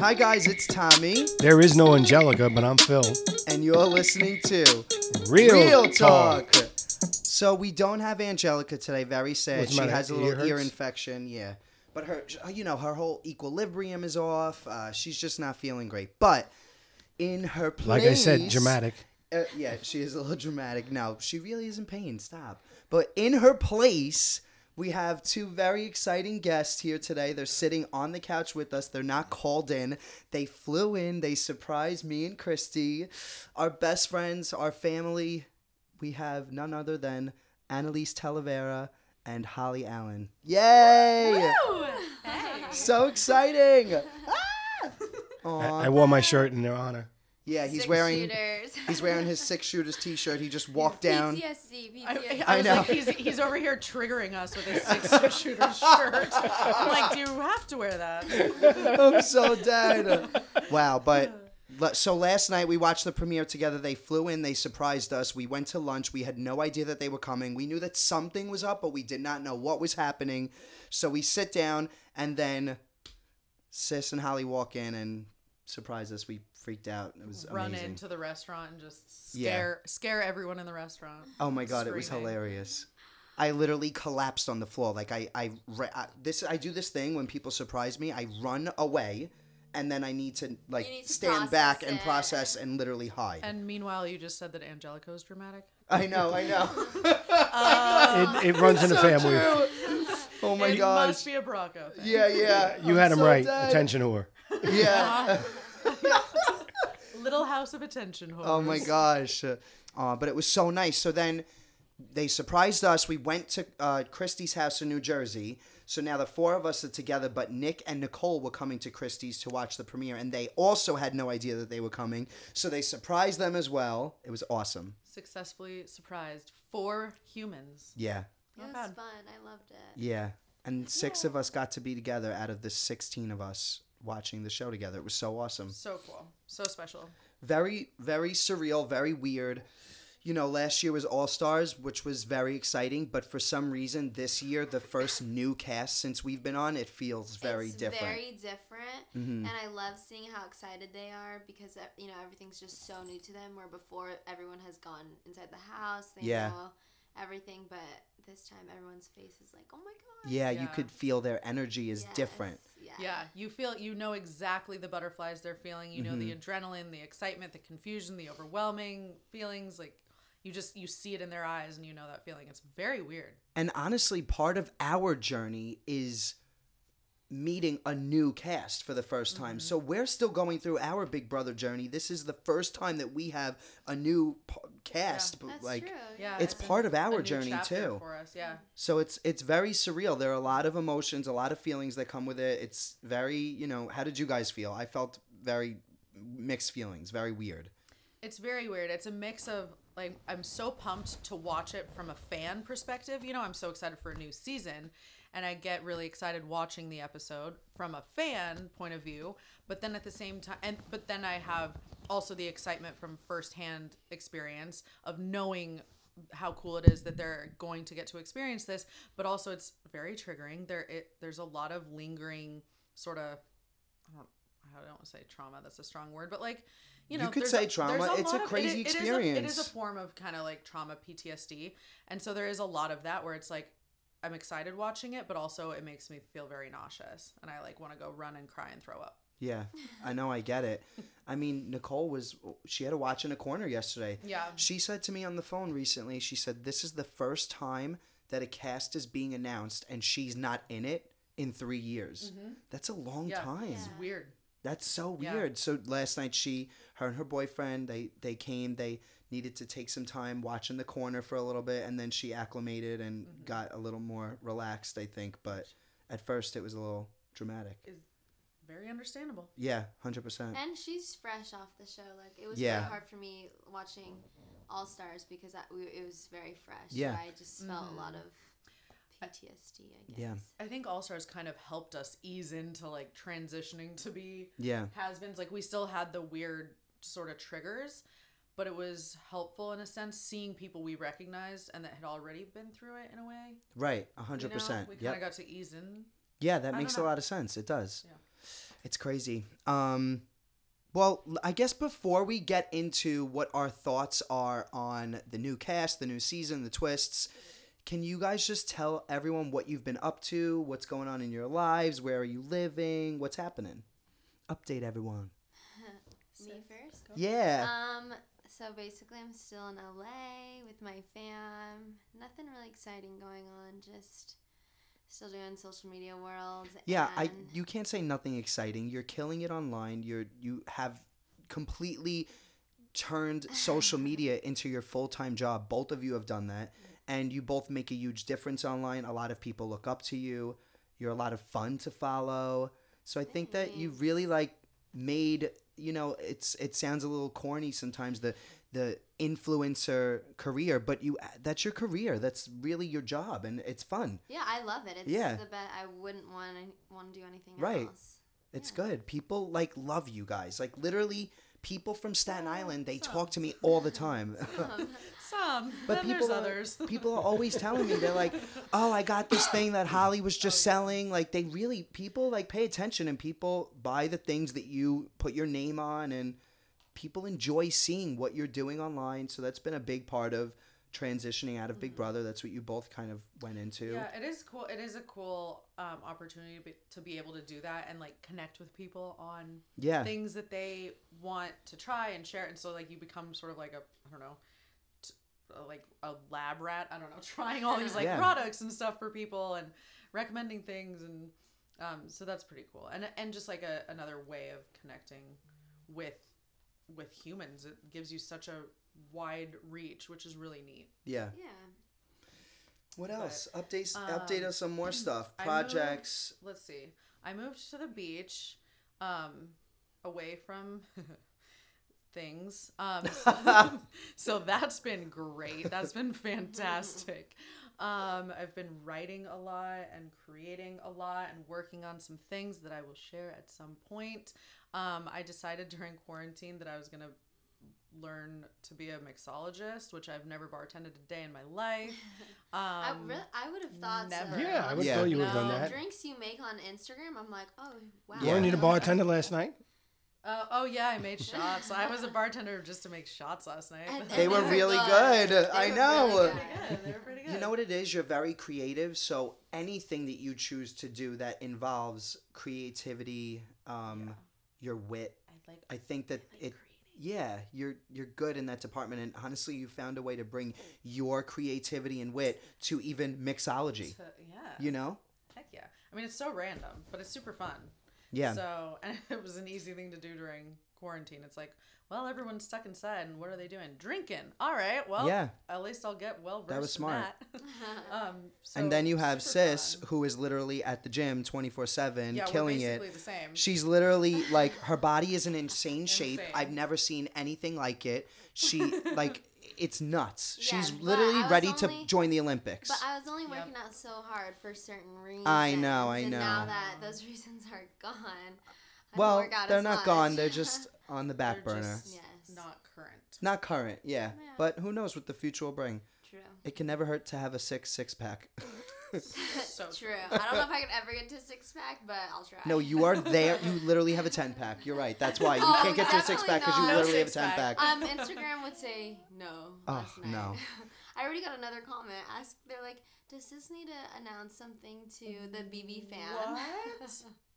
Hi, guys, it's Tommy, There is no Angelica, but I'm Phil. and you're listening to Real, So, we don't have Angelica today, very sad. What's the She matter, has a ear little ear hurts? infection, yeah. But her, you know, her whole equilibrium is off. Uh, she's just not feeling great. But in her place. Like I said, dramatic. Uh, yeah, she is a little dramatic. No, she really is in pain. Stop. But in her place, we have two very exciting guests here today. They're sitting on the couch with us. They're not called in. They flew in. They surprised me and Christy, our best friends, our family. We have none other than Annalise Talavera and Holly Allen. Yay! So exciting! Ah! I, Aw. I wore my shirt in their honor. yeah, he's Six wearing. shooters. He's wearing his six shooters T-shirt. He just walked down. PTSD, I, PTSD. I, I was know. like, he's, he's over here triggering us with his six shooter shirt. I'm like, do you have to wear that? I'm so dead. Wow, but le- so last night we watched the premiere together. They flew in. They surprised us. We went to lunch. We had no idea that they were coming. We knew that something was up, but we did not know what was happening. So we sit down, and then Sis and Holly walk in and surprise us. We freaked out. It was Run amazing. into the restaurant and just Yeah. scare scare everyone in the restaurant. Oh my god, it was Screaming. hilarious. I literally collapsed on the floor. Like I, I, ra- I this I do this thing when people surprise me. I run away, and then I need to like need to stand back process and it. process and literally hide. And meanwhile, you just said that Angelica was dramatic. I know, I know. it, it runs in the family. True. Oh my it gosh. must be a Bracco thing. yeah, yeah. You I'm had him so right. dead. Attention whore. Yeah. Little House of Attention. Horrors. Oh my gosh. Uh, but it was so nice. So then they surprised us. We went to uh, Christie's house in New Jersey. So now the four of us are together, but Nick and Nicole were coming to Christie's to watch the premiere, and they also had no idea that they were coming. So they surprised them as well. It was awesome. Successfully surprised four humans. Yeah. It was bad. fun. I loved it. Yeah. And six of us got to be together out of the 16 of us watching the show together. It was so awesome. So cool. So special. very very surreal very weird you know last year was all stars which was very exciting but for some reason this year the first new cast since we've been on it feels very it's different Mm-hmm. Very different. And I love seeing how excited they are because uh, you know everything's just so new to them. Where before everyone has gone inside the house, they Yeah. know everything, but this time everyone's face is like, oh my god. yeah, you Yeah. could feel their energy is Yes, different Yeah. Yeah, you feel you know exactly the butterflies they're feeling. You know the adrenaline, the excitement, the confusion, the overwhelming feelings. Like you just you see it in their eyes, and you know that feeling. It's very weird. and honestly part of our journey is meeting a new cast for the first time so we're still going through our big brother journey this is the first time that we have a new p- cast but That's like true. Yeah, it's a- part of a our new journey chapter too For us, yeah. So it's it's very surreal. There are a lot of emotions, a lot of feelings that come with it. It's very, you know, how did you guys feel? I felt very mixed feelings, very weird. It's very weird. It's a mix of like I'm so pumped to watch it from a fan perspective. You know, I'm so excited for a new season and I get really excited watching the episode from a fan point of view, but then at the same time and but then I have also the excitement from firsthand experience of knowing how cool it is that they're going to get to experience this, but also it's very triggering. There it, there's a lot of lingering sort of I don't want to say trauma. That's a strong word, but like, you You know, could there's say a- there's trauma, it's a lot of- crazy it is- It is, a, it is experience. a form of kind of like trauma PTSD, and so there is a lot of that where it's like I'm excited watching it, but also it makes me feel very nauseous, and I like want to go run and cry and throw up. Yeah, I know, I get it. I mean, Nicole was she had a watch in a corner yesterday. Yeah. She said to me on the phone recently, she said, This is the first time that a cast is being announced and she's not in it in three years. That's a long Mm-hmm. Yeah. time. It's weird. That's so Yeah. weird. So last night she, her and her boyfriend, they they came. They needed to take some time watching the corner for a little bit, and then she acclimated and Mm-hmm. got a little more relaxed, I think. But at first, it was a little dramatic. Very understandable. Yeah, hundred percent. And she's fresh off the show. Like it was Yeah. really hard for me watching All Stars because I, we, it was very fresh. Yeah. So I just felt a lot of PTSD. I guess. Yeah. I think All Stars kind of helped us ease into like transitioning to be Yeah, has-beens. Like we still had the weird sort of triggers, but it was helpful in a sense seeing people we recognized and that had already been through it in a way. Right, you hundred know? percent. We kind Yep. of got to ease in. yeah, that I makes a don't know. lot of sense. It does. Yeah. It's crazy. Um, well, l- I guess before we get into what our thoughts are on the new cast, the new season, the twists, can you guys just tell everyone what you've been up to, what's going on in your lives, where are you living, what's happening? Update everyone. Me first. Oh. Yeah. Um. So basically, I'm still in LA with my fam. Nothing really exciting going on. Just still doing social media world. Yeah, I and- you can't say nothing exciting. You're killing it online. You're you have completely turned social media into your full-time job. Both of you have done that and you both make a huge difference online. A lot of people look up to you. You're a lot of fun to follow. So I think that you Thanks. really like made, you know, it's it sounds a little corny sometimes the the influencer career, but you that's your career. That's really your job and it's fun. Yeah, I love it. It's Yeah. the best. I wouldn't want to want to do anything Right. else. It's Yeah. good. People like love you guys. Like literally, people from Staten Island they some. talk to me all the time. Um, Some, But then there's people are- others. people are always telling me they're like, "Oh, I got this thing that Holly was just selling." Like they really people like pay attention and people buy the things that you put your name on and people enjoy seeing what you're doing online. So that's been a big part of transitioning out of Big Brother. That's what you both kind of went into. Mm-hmm. Yeah, it is cool. It is a cool um, opportunity to be, to be able to do that and like connect with people on Yeah. things that they want to try and share. And so like you become sort of like a I don't know, t- uh, like a lab rat. I don't know, trying all these like Yeah. products and stuff for people and recommending things and um, so that's pretty cool. And and just like a, another way of connecting with with humans. It gives you such a wide reach, which is really neat. yeah. Yeah. What But, else? Updates. update um, us on more stuff. I moved- Projects. let's see. I moved to the beach, um, away from things. Um, so, so that's been great. That's been fantastic. Um, I've been writing a lot and creating a lot and working on some things that I will share at some point. Um, I decided during quarantine that I was gonna learn to be a mixologist, which I've never bartended a day in my life. Um, I really, I would have thought. never. So. Yeah, I would Yeah. know you would No. have done that. Drinks you make on Instagram, I'm like, oh wow. Yeah. Weren't you the bartender last night? Uh, oh yeah, I made shots. I was a bartender just to make shots last night. And- They and were really good. They I were know. really They were good. pretty good. They were pretty good. You know what it is? You're very creative, so anything that you choose to do that involves creativity, um, your wit, I like. I think that like it. creating. Yeah, you're you're good in that department, and honestly, you found a way to bring your creativity and wit to even mixology. So, yeah. You know? Heck yeah. I mean, it's so random, but it's super fun. Yeah. So and it was an easy thing to do during quarantine. It's like, well, everyone's stuck inside, and what are they doing? Drinking. All right. Well. Yeah. At least I'll get well versed. That was smart. In that. um. So and then you have super sis, fun. who is literally at the gym twenty four seven, Yeah, killing we're it. basically The same. She's literally like her body is in insane shape. Insane. I've never seen anything like it. She like it's nuts. Yeah, She's but literally I was ready only- to join the Olympics. But I was only Yep. working out so hard for certain reasons. I know, I and Now know. that those reasons are gone, I don't well, work out they're as not much. gone. They're just on the back They're burner. just Yes. Not current. Not current, yeah. Yeah. But who knows what the future will bring? true. It can never hurt to have a six six pack. So true. I don't know if I could ever get to six pack, but I'll try. no, you are there. You literally have a ten pack. You're right. That's why you Oh, can't get to a six pack because you definitely literally not. have a ten pack. Um, Instagram would say no Oh, last night. no. I already got another comment. Ask they're like, does this need to announce something to the BB fan? What?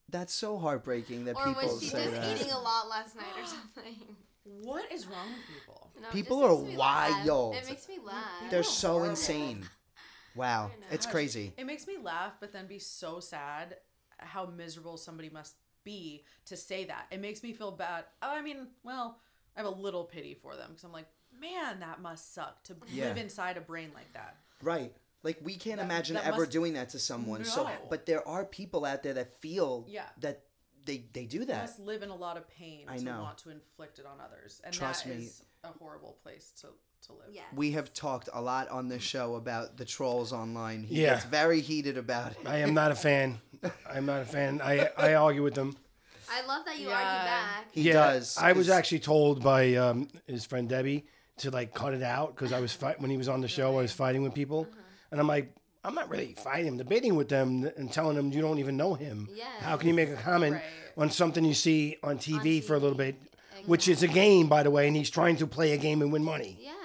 That's so heartbreaking that or people was she say just that. eating a lot last night or something? What is wrong with people? No, it People just are makes me laugh. wild. It makes me laugh. They're They're so horrible. insane. Wow, I know. it's Gosh, crazy. It makes me laugh, but then be so sad how miserable somebody must be to say that. It makes me feel bad. Oh, I mean, well, I have a little pity for them because I'm like, man, that must suck to Yeah. live inside a brain like that. Right. Like we can't That- imagine that ever must- doing that to someone. So, No. but there are people out there that feel Yeah. that they they do You that. must live in a lot of pain I to know. want to inflict it on others, and Trust that me. is a horrible place to to live. Yeah. We have talked a lot on this show about the trolls online. He Yeah. gets very heated about it. I am not a fan. I'm not a fan. I, I argue with them. I love that you Yeah. argue back. He does. I was 'cause- actually told by um, his friend Debbie to like cut it out because I was fight- when he was on the show. I was fighting with people, Uh-huh. and I'm like, I'm not really fighting him, debating with them, and telling them you don't even know him. Yeah. How can you make a comment Right. on something you see on TV, for a little bit, TV. which is a game, by the way, and he's trying to play a game and win money. Yeah.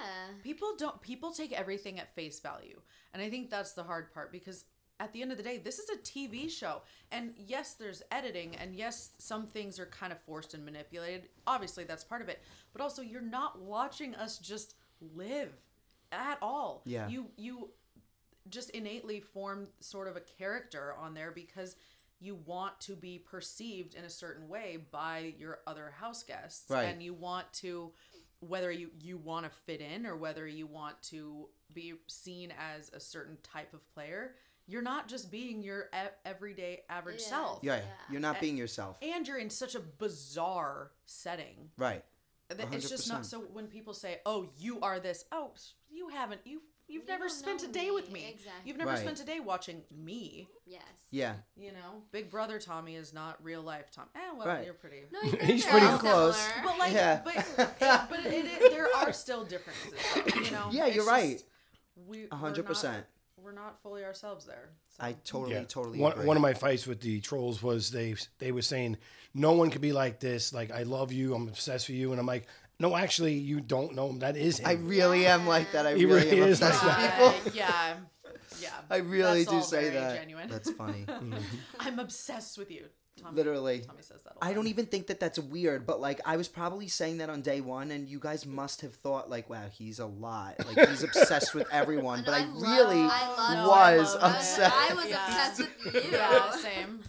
people don't people take everything at face value and i think that's the hard part because at the end of the day this is a tv show and yes there's editing and yes some things are kind of forced and manipulated obviously that's part of it but also you're not watching us just live at all Yeah. you you just innately form sort of a character on there because you want to be perceived in a certain way by your other house guests Right. and you want to whether you you want to fit in or whether you want to be seen as a certain type of player you're not just being your e- everyday average Yeah. self Yeah, Yeah. you're not being yourself. and you're in such a bizarre setting Right. that it's just not 100%. so when people say oh you are this oh you haven't you you've You never don't spent a know day me. with me Exactly. you've never Right. spent a day watching me Yes. Yeah. you know, Big Brother Tommy is not real life Tommy. Eh, well, Right. you're pretty. No, you He's they're pretty all close. similar. But like, Yeah. but but it, it, there are still differences. though, You know. Yeah, you're just- right. We A hundred we're not- percent. We're not fully ourselves there. So. I totally, Yeah. totally one, agree. one of my fights with the trolls was they they were saying no one could be like this. Like I love you, I'm obsessed with you, and I'm like, no, actually, you don't know him. That is him. I really am like that. I He really really am is obsessed like with that. people. Uh, yeah, yeah. I really That's do all say very that. Genuine. That's funny. Mm-hmm. I'm obsessed with you, Tommy. Literally. Tommy says that. a I lot. don't e- even think that that's weird, but like I was probably saying that on day one, and you guys must have thought like, "Wow, he's a lot. Like he's obsessed with everyone." But I, love- really I love was I was- obsessed. I was Yeah. obsessed with you. Yeah, same.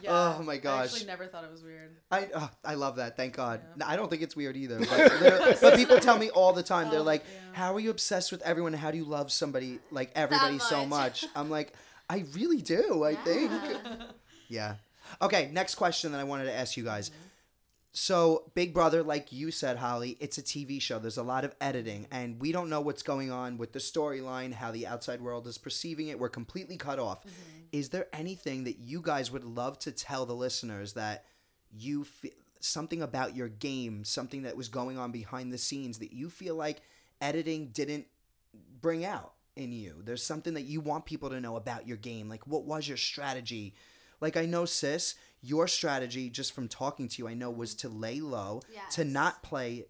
Yeah. Oh my I gosh. actually never thought it was weird. I oh, I love that. Thank God. Yeah. No, I don't think it's weird either. But, literally- but people tell me all the time. They're Oh, like, yeah. "How are you obsessed with everyone? How do you love somebody like everybody so much." much?" I'm like, "I really do. I think." Yeah. Mm-hmm. Yeah. Okay. Next question that I wanted to ask you guys. So, Big Brother, like you said, Holly, it's a TV show. There's a lot of editing, and we don't know what's going on with the storyline, how the outside world is perceiving it. We're completely cut off. Is there anything that you guys would love to tell the listeners that you feel something about your game, something that was going on behind the scenes that you feel like editing didn't bring out in you? There's something that you want people to know about your game. Like, what was your strategy? Like, I know, sis, your strategy, just from talking to you, I know was to lay low, to Yes. not play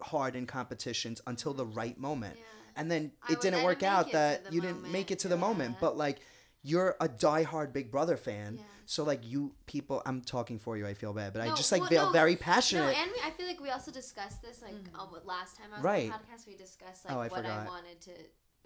hard in competitions until the right moment. Mm-hmm. Yeah. And then I it would- didn't I work didn't out make it to that the you didn't make moment, it to the moment. yeah. But, like, you're a diehard Big Brother fan, Yeah. so like you people, I'm talking for you. I feel bad, but I No, just like well, feel no, very No, passionate. and we, I feel like we also discussed this like Mm-hmm. uh, what- last time I was Right. on the podcast. We discussed like Oh, I what I forgot. wanted to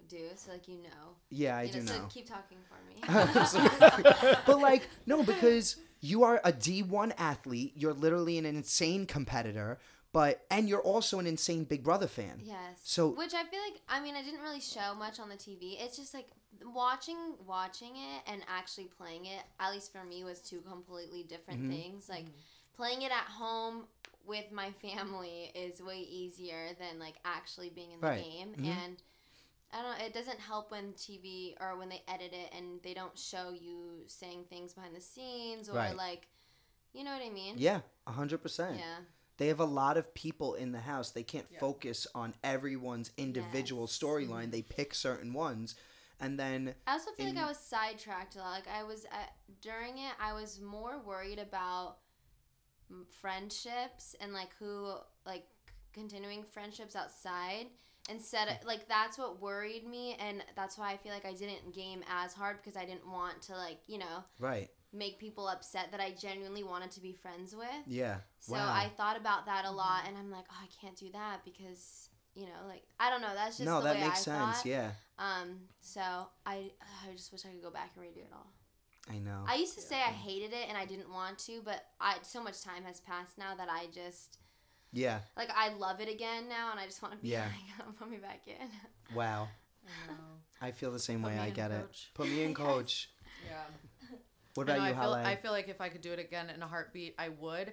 do, so like you know, yeah, I You do so know. keep talking for me. I'm sorry. but like no because you are a d1 athlete you're literally an insane competitor but and you're also an insane big brother fan Yes. So- which I feel like I mean I didn't really show much on the TV. It's just like watching watching it and actually playing it. At least for me was two completely different Mhm. things. Like playing it at home with my family is way easier than like actually being in the Right. game Mhm. and I don't know, it doesn't help when TV or when they edit it and they don't show you saying things behind the scenes or Right. like you know what I mean? yeah 100% Yeah. they have a lot of people in the house they can't Yeah. Mm-hmm. focus on everyone's individual Yes. storyline they pick certain ones and then I also feel in- like I was sidetracked a lot. Like I was at, during it, I was more worried about m- friendships and like who like continuing friendships outside instead of like that's what worried me and that's why I feel like I didn't game as hard because I didn't want to like you know right make people upset that I genuinely wanted to be friends with. yeah So wow Mm-hmm. I thought about that a lot and I'm like, oh, I can't do that because you know like I don't know. That's just no the that way makes I sense thought. yeah Um, so I I just wish I could go back and redo it all. i know I used to say I hated it and I didn't want to, but I so much time has passed now that I just yeah like I love it again now and I just want to be Yeah. like put me back in. wow I know. i feel the same Put way me i in, get it coach. put me in Yes. coach Yeah. what I about know, you I feel, Halle? I feel like if I could do it again in a heartbeat, I would.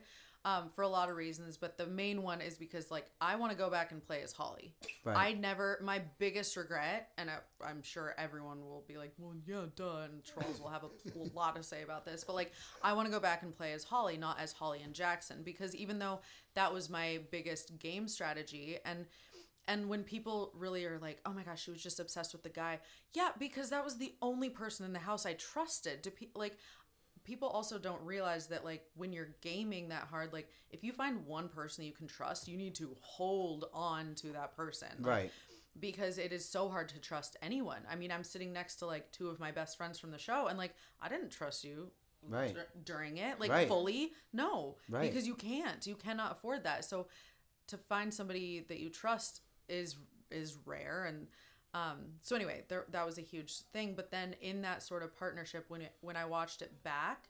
um, for a lot of reasons, but the main one is because like I want to go back and play as Holly. I Right. never, my biggest regret, and I, I'm sure everyone will be like, well, yeah, done. Trolls will have a lot to say about this, but like, I want to go back and play as Holly, not as Holly and Jackson, because even though that was my biggest game strategy, and and when people really are like, oh my gosh, she was just obsessed with the guy, yeah, because that was the only person in the house I trusted. To pe- like, people also don't realize that like when you're gaming that hard like if you find one person you can trust you need to hold on to that person like, Right. because it is so hard to trust anyone i mean i'm sitting next to like two of my best friends from the show and like i didn't trust you Right. dur- during it like Right. fully no Right. because you can't you cannot afford that so to find somebody that you trust is is rare and um so anyway there, that was a huge thing but then in that sort of partnership when it when i watched it back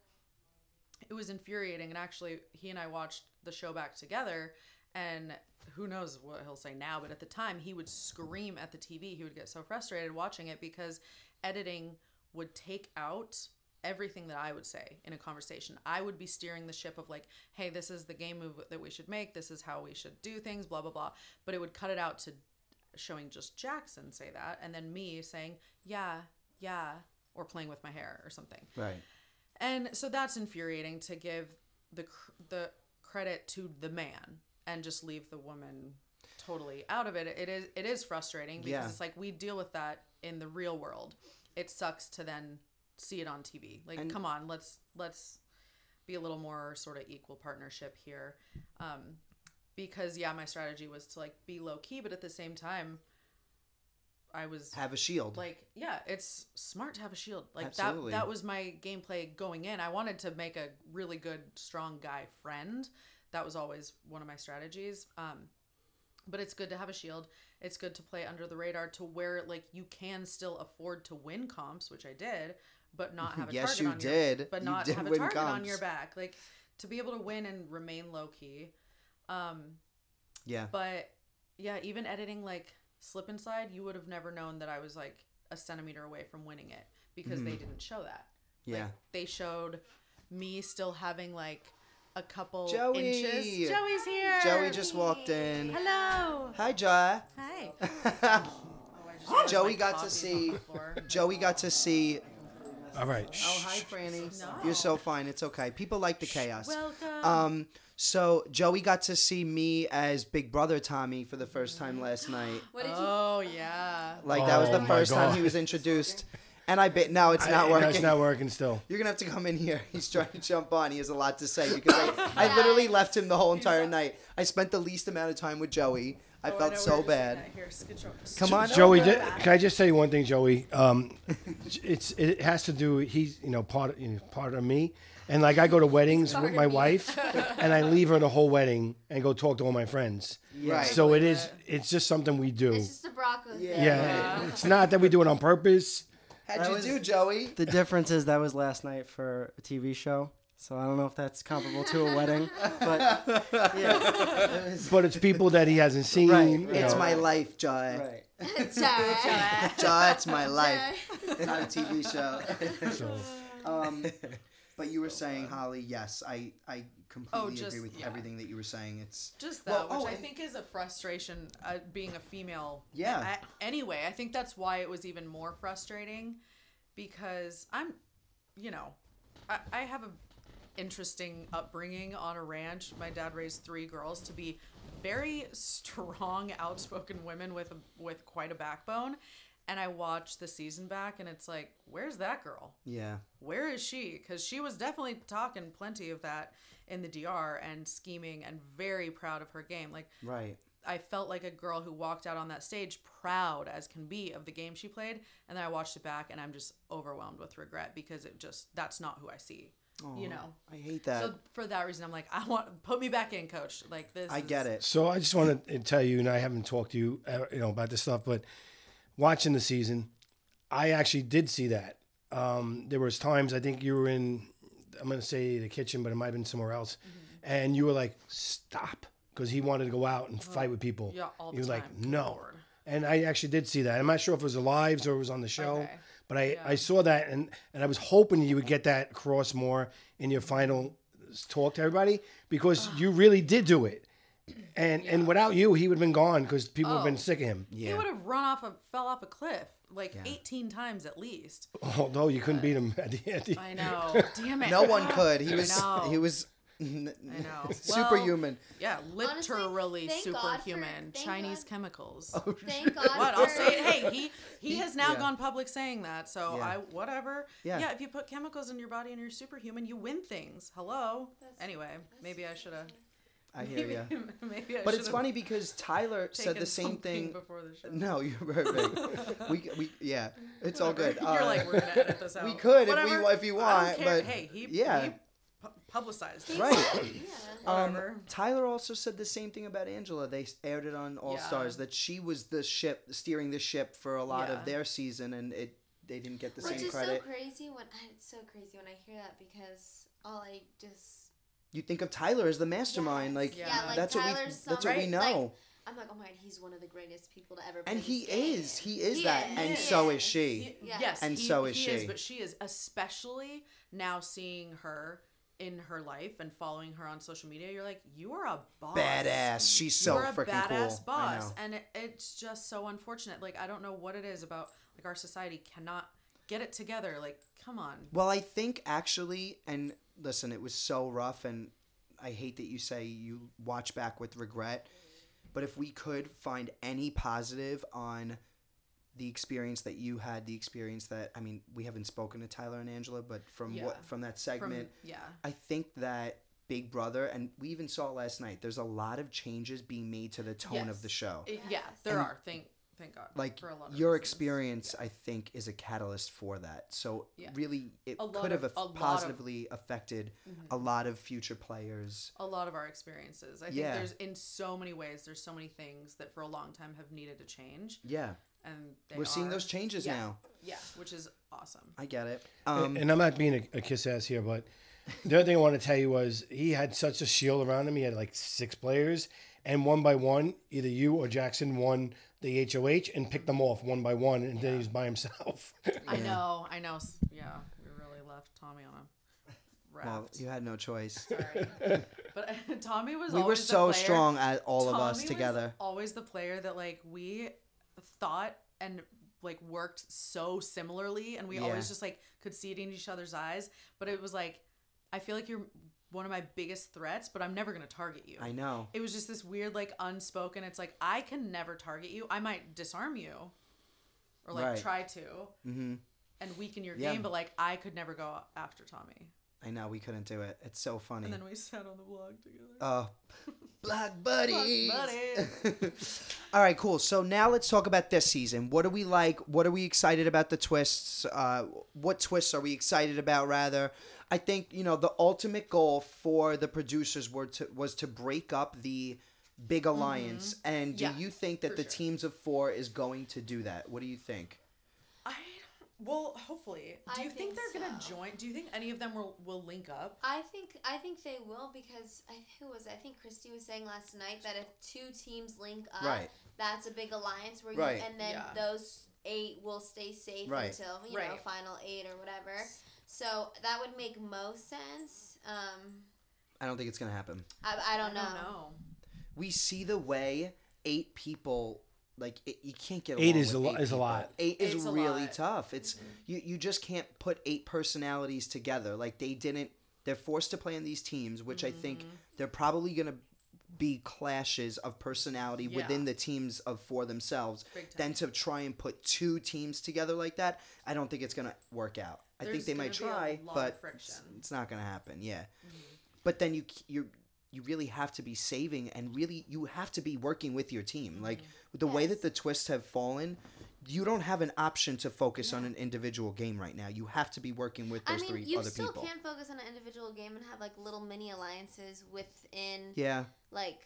it was infuriating and actually he and i watched the show back together and who knows what he'll say now but at the time he would scream at the tv he would get so frustrated watching it because editing would take out everything that i would say in a conversation i would be steering the ship of like hey this is the game move that we should make this is how we should do things blah blah blah but it would cut it out to showing just jackson say that and then me saying yeah yeah or playing with my hair or something Right. and so that's infuriating to give the cr- the credit to the man and just leave the woman totally out of it. It is it is frustrating because Yeah. it's like we deal with that in the real world. It sucks to then see it on TV. Like And- come on, let's let's be a little more sort of equal partnership here. Um because yeah, my strategy was to like be low key, but at the same time I was Have a shield. like yeah it's smart to have a shield like Absolutely. that that was my gameplay going in i wanted to make a really good strong guy friend that was always one of my strategies um but it's good to have a shield it's good to play under the radar to where like you can still afford to win comps which i did but not have a yes, target you on your did. but you not did have a win target on comps. your back like to be able to win and remain low key um Yeah. but yeah, even editing like Slip and Slide, you would have never known that I was like a centimeter away from winning it because they didn't show that. Like, Hmm. Yeah. they showed me still having like a couple Joey! inches. Joey's here. Joey just walked in. Hello. Oh, Hi, Jai. Hi. Joey got to see- Joey got to see. All right. Shh. Oh, hi, Franny. You're so fine. It's okay. People like the chaos. Welcome. Um, so Joey got to see me as Big Brother Tommy for the first time last night. What did you? oh yeah. Like that was Oh the my first time God. he was introduced, and I bit. No, it's not I- no, working. it's not working still. You're gonna have to come in here. He's trying to jump on. He has a lot to say because I, I literally left him the whole entire night. I spent the least amount of time with Joey. I Oh, felt know so we're just doing bad. that here. Scooch over. Come on, Joey, over. ju- can I just say one thing, Joey? Um, it's it has to do. He's you know part of, you know, part of me, and like I go to weddings Part with of my me. wife, and I leave her the whole wedding and go talk to all my friends. Right. So it is. It's just something we do. It's just a Bronco. Yeah. yeah, it's not that we do it on purpose. How'd you was- do, Joey? The difference is that was last night for a TV show, so I don't know if that's comparable to a wedding, but yeah, it was, But it's people that he hasn't seen. Right, you right. It's know. my life, Jai. right. Joey. Jai, it's my life. It's not a TV show. So, Um, but you were saying, Holly, yes, I, I completely Oh, just- agree with yeah. everything that you were saying. It's just Well, that, oh, which I and- think is a frustration uh, being a female. Yeah. a- anyway, I think that's why it was even more frustrating because I'm, you know, I, I have a interesting upbringing on a ranch. My dad raised three girls to be very strong, outspoken women with with quite a backbone. And I watched the season back, and it's like, where's that girl? yeah, where is she? Because she was definitely talking plenty of that in the DR and scheming and very proud of her game. Like, right. I felt like a girl who walked out on that stage proud as can be of the game she played. And then I watched it back and I'm just overwhelmed with regret because it just, that's not who I see, you know? I hate that. so for that reason, I'm like, I want, put me back in, coach. Like, this. I get is- it. so I just want to tell you, and I haven't talked to you, uh, you know, about this stuff, but watching the season, I actually did see that. Um, there was times I think you were in, I'm gonna say the kitchen, but it might have been somewhere else, Mm-hmm. and you were like, "Stop," because he wanted to go out and fight with people. Yeah, all he the was like, time. "No," Lord. and I actually did see that. I'm not sure if it was the lives or it was on the show, Okay. but I I saw that, and and I was hoping you would get that across more in your final s- talk to everybody because you really did do it. And and without you, he would have been gone because people have been Oh. sick of him. He would have run off a fell off a cliff like 18 times at least. Although you couldn't beat him at the end. I know. Damn it. No one could. He was know. he was I know. superhuman. Well, yeah, Honestly, literally thank God for- superhuman. thank Chinese God. chemicals. Thank God. What? for- I'll say it. Hey, he he has now Oh, yeah. gone public saying that. So Yeah. I whatever. Yeah. Yeah. If you put chemicals in your body and you're superhuman, you win things. Hello. anyway, maybe I should have. I hear you. maybe I But it's should've funny because Tyler said taken the same something thing. before the show. No, you're perfect. we we yeah, it's all good. You're Uh, like we're gonna edit this out. we could if we Whatever. wa- if you I don't want, care. but- hey, he yeah. he pu- publicized it. right. Yeah. Um, Whatever. Tyler also said the same thing about Angela. They aired it on All Yeah. Stars that she was the ship steering the ship for a lot Yeah. of their season, and it they didn't get the Which same is credit. so crazy when I, it's so crazy when I hear that because all I just you think of Tyler as the mastermind, Yes. like, Yeah, like that's what we Tyler's that's what we some- know, right, like, I'm like, oh my god, he's one of the greatest people to ever. play and this he game." is, he is He that, is, and he so is is. she. Y- Yeah. Yes, And he- so is he she. but she is especially now seeing her in her life and following her on social media. You're like, you are a boss, Badass. She's so You're a freaking badass cool. I boss, know. and it, it's just so unfortunate. Like, I don't know what it is about like our society cannot get it together. Like, come on, Well, I think actually, and listen, it was so rough, and I hate that you say you watch back with regret, but if we could find any positive on the experience that you had, the experience that I mean, we haven't spoken to Tyler and Angela, but from Yeah. what from that from segment, yeah, I think that Big Brother, and we even saw it last night, there's a lot of changes being made to the tone of Yes. the show. It- yeah, there And, are. Thank, thank God. like for a lot of your reasons. experience, I think, is a catalyst for that. So Yeah. really, it A lot could have of- aff- a lot of- Mm-hmm. positively affected a lot of future players. a lot of our experiences. I Yeah. think there's in so many ways. There's so many things that for a long time have needed to change, Yeah, and they we're seeing are. those changes Yeah. now. Yeah, which is awesome. I get it. Um, and I'm not being a, a kiss ass here, but the other thing I want to tell you was he had such a shield around him. He had like six players, and one by one, either you or Jackson won the HOH and picked them off one by one, and then he was by himself. I know, I know. s- Yeah, we really left Tommy on a raft. well, you had no choice. Sorry, but Tommy was. we were always the so player- strong at all of us Tommy was together. always the player that like we thought and like worked so similarly, and we Yeah. always just like could see it in each other's eyes. But it was like, I feel like you're one of my biggest threats, but I'm never gonna target you. I know. It was just this weird, like unspoken. It's like I can never target you. I might disarm you, or like Right. try to, hmm and weaken your Yeah. game, but like I could never go after Tommy. I know. We couldn't do it. It's so funny. And then we sat on the vlog together. uh, Black Buddies. buddies. All right, cool. So now let's talk about this season. What do we like? What are we excited about the twists? Uh, what twists are we excited about? Rather, I think you know the ultimate goal for the producers were to was to break up the big alliance. And do Mm-hmm. Yeah, you think that for the sure. teams of four is going to do that? What do you think? I don't, well, hopefully. Do I you think think, they're gonna so. join? Do you think any of them will will link up? I think I think they will because I, who was it? I think Christy was saying last night that if two teams link up, Right. that's a big alliance where Right. you and then Yeah. those eight will stay safe Right. until you know Right. final eight or whatever. So that would make most sense. Um, I don't think it's gonna happen. I, I don't know. We see the way eight people like it, you can't get Eight along is with a lo- eight is a people. lot. Eight is It's a really lot. Mm-hmm. tough. It's you you just can't put eight personalities together. Like they didn't. They're forced to play in these teams, which I Mm-hmm. think they're probably gonna be clashes of personality Yeah. within the teams of for themselves. Big time. Then to try and put two teams together like that, I don't think it's gonna work out. I think There's they might gonna be a try, lot of but it's, friction. Mm-hmm. it's not gonna happen. Yeah, but then you c- you you really have to be saving and really you have to be working with your team. Mm-hmm. Like the way that Yes. the twists have fallen, you don't have an option to focus on an individual game right now. You have to be working with I those mean, three you other still people. can focus on an individual game and have like little mini alliances within, Yeah, like,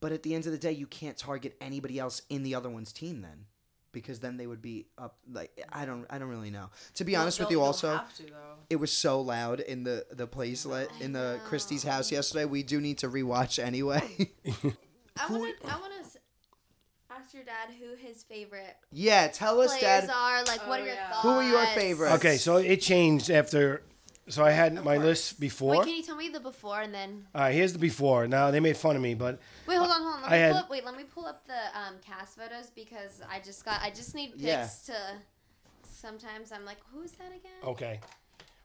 but at the end of the day, you can't target anybody else in the other one's team then, because then they would be up. Like I don't I don't really know. To be honest with you, also. have to though. it was so loud in the the place let in the know. Christie's house yesterday. We do need to rewatch anyway. I want to I want to ask your dad who his favorite yeah, tell us, players Dad. are. Like, what Oh, are your yeah. thoughts? Who are your favorites? Okay, so it changed after so I had my list before. Wait, can you tell me the before and then? All right, here's the before. Now they made fun of me, but Wait, hold on, hold on. Let I me had- pull up, wait, let me pull up the um, cast photos because I just got. I just need pics Yeah. to. Sometimes I'm like, who's that again? okay.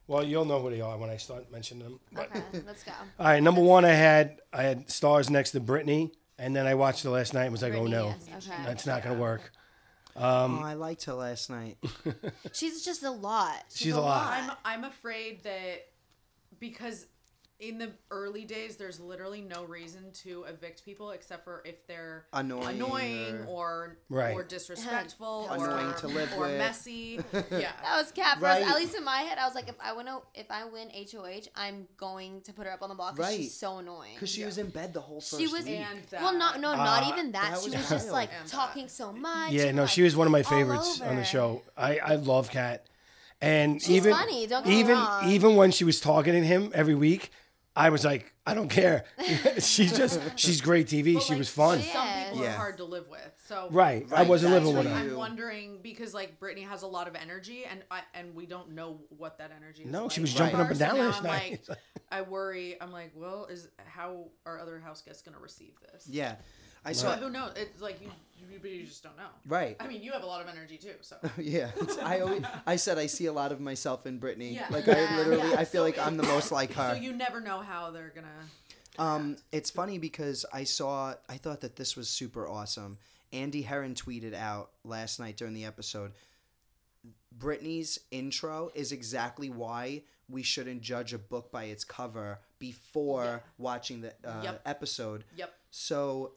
Well, you'll know who they are when I start mentioning them. But Okay, let's go. all right, number one, I had I had stars next to Britney, and then I watched it last night and was like, oh Britney, no, yes, okay. that's not gonna work. oh, I liked her last night. She's just a lot. She's a lot. I'm I'm afraid that because in the early days there's literally no reason to evict people except for if they're Annoying annoying or Right. or disrespectful or, Annoying to live or with. messy. Yeah. That was cat for Right. At least in my head, I was like, if I win, if I win HOH, I'm going to put her up on the block. 'cause Right. She's so annoying. Cause she was in bed the whole first She was week. And that. well, not no, not Uh, even that. that she was was just wild. like And that. talking so much. Yeah, and, no, like, she was one of my all favorites on over. the show. I, I love Kat, and even funny, don't get me even wrong. even when she was targeting him every week, I was like, I don't care. she's just she's great TV. But, she like, was fun. she- Some Yeah. people Yeah. are hard to live with. So Right, I Right, wasn't that's living what with Actually, you- her. I'm wondering because like Brittany has a lot of energy, and I, and we don't know what that energy is. No, she like was so jumping far. up and So down now last I'm night. Like, I worry. I'm like, well, is how are other house guests going to receive this? Yeah, I So saw. who knows? It's like you, you, but you just don't know. Right. I mean, you have a lot of energy too. So Yeah, it's- I always, I said I see a lot of myself in Britney. Yeah. Like Yeah. I literally, Yeah. I feel So like it- I'm the most like her. so you never know how they're gonna. Um, it's funny because I saw, I thought that this was super awesome. Andy Heron tweeted out last night during the episode Britney's intro is exactly why we shouldn't judge a book by its cover before watching the uh, Yep. episode. Yep. So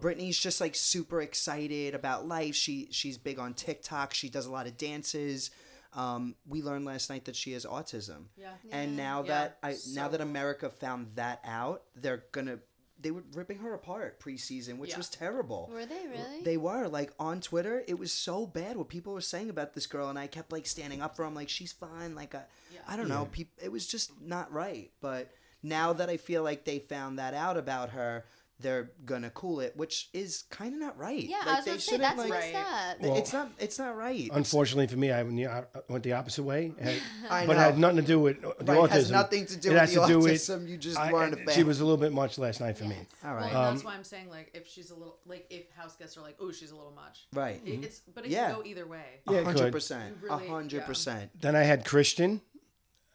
Britney's just like super excited about life. She she's big on TikTok. She does a lot of dances. Um, we learned last night that she has autism. Yeah. And now Yeah, that I now so- that America found that out, they're gonna they were ripping her apart preseason, which Yeah. was terrible. Were they really? They were like on Twitter. It was so bad what people were saying about this girl, and I kept like standing up for them, like she's fine. Like I, I don't know. Peop it was just not right. But now that I feel like they found that out about her, they're gonna cool it, which is kind of not right. yeah, like, I was they gonna say shouldn't, that's like- messed up. Well- It's not. It's not right. Unfortunately for me, I went the, I went the opposite way, and- I but it know. had nothing to do with the Right, autism. it has nothing to do It with has the to do with- autism, you just I- weren't a She fan. was a little bit much last night for me. All Well, right. Um, and that's why I'm saying like if she's a little like if house guests are like, oh, she's a little much. right. Mm-hmm. It- It's but it Yeah. can go either way. Yeah, it hundred could. percent. You really- hundred percent. Then I had Christian.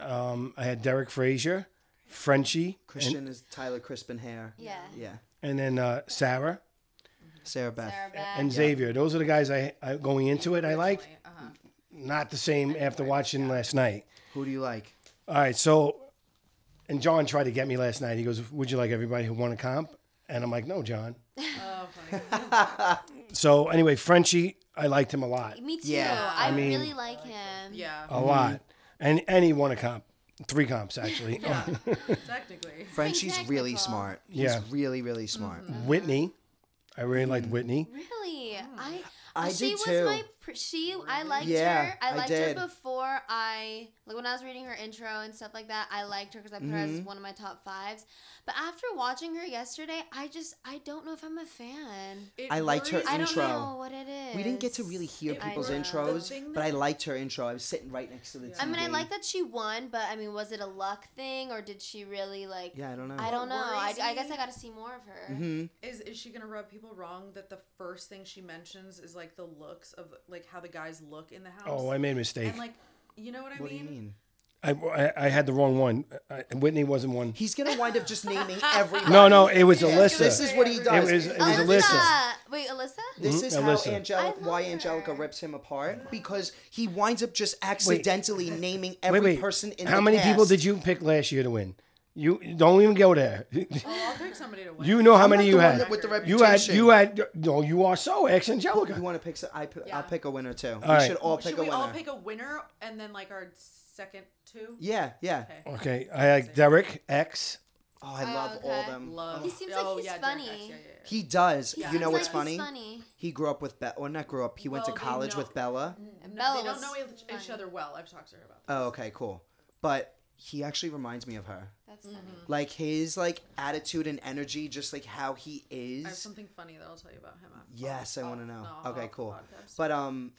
Um, I had Derek Frazier, Frenchie, Christian is Tyler Crispin Hare. Yeah. Yeah. and then uh, Sarah Sarah Beth. Sarah Beth. and Xavier. Those are the guys I, I going into it. I like Like, uh-huh. not the same after watching last night. Who do you like? All right, so and John tried to get me last night. He goes, "Would you like everybody who won a comp?" And I'm like, "No, John." Oh, funny. So anyway, Frenchie, I liked him a lot, Me too. Yeah, I, I mean- really like him. Yeah. Mm-hmm. a lot, and and he won a comp, three comps actually. Oh. Technically. Frenchie's really technical. smart. Yeah. He's really, really Mm-hmm. smart. Whitney, I really liked Mm-hmm. Whitney. Really, I. uh, I she did was too. my. pr- She. I liked Yeah, her. I I liked did. her before I. Like when I was reading her intro and stuff like that. I liked her because I put her Mm-hmm. as one of my top fives. But after watching her yesterday, I just. I don't know if I'm a fan. It I liked her worries I don't Intro. know what it is. We didn't get to really hear I people's know. intros, The thing but I that- liked her intro. I was sitting right next to the TV. I mean, I like that she won, but I mean, was it a luck thing or did she really like? Yeah, I don't know. I don't know. I, Worries I guess me. I got to see more of her. Mm-hmm. is is she gonna rub people wrong that the first thing she mentions is like the looks of like how the guys look in the house Oh, I made a mistake. and like you know what I What do mean? you mean? I, I, I had the wrong one. I, Whitney wasn't one. He's gonna wind up just naming everybody. No, no, it was Alyssa. This is what he does. It was- it was And Alyssa. This is, Wait, Alyssa. this Mhm. is Alyssa. how Angelica, I why love Angelica her. rips him apart because he winds up just accidentally naming every person in How the many people cast. did you pick last year to win? You don't even go there. Oh, I'll pick somebody to win. You know how I'm many not you the one had. that- with the you had. reputation. You had. No, you are so ex You Angelica. want to pick? some- I pi- Yeah. I'll pick a winner too. we right. should all pick Should a we winner. all pick a winner and then like our second two? yeah, yeah. Okay, I had Derek X. Oh, I love all okay. them. Love. He seems like he's Derek funny. X, yeah, yeah, yeah. He does. you know Seems what's like funny? he's funny. He grew up with Bella. Well, not grew up. He went to Well, they college know- with Bella. No, Bella they don't was know each, each funny. other well. I've talked to her about that. Oh, okay, cool. But he actually reminds me of her. That's funny. Mm. Like his like attitude and energy, just like how he is. I have something funny that I'll tell you about him. after- yes, I off- want to know. no, off okay, the cool. podcast. But um,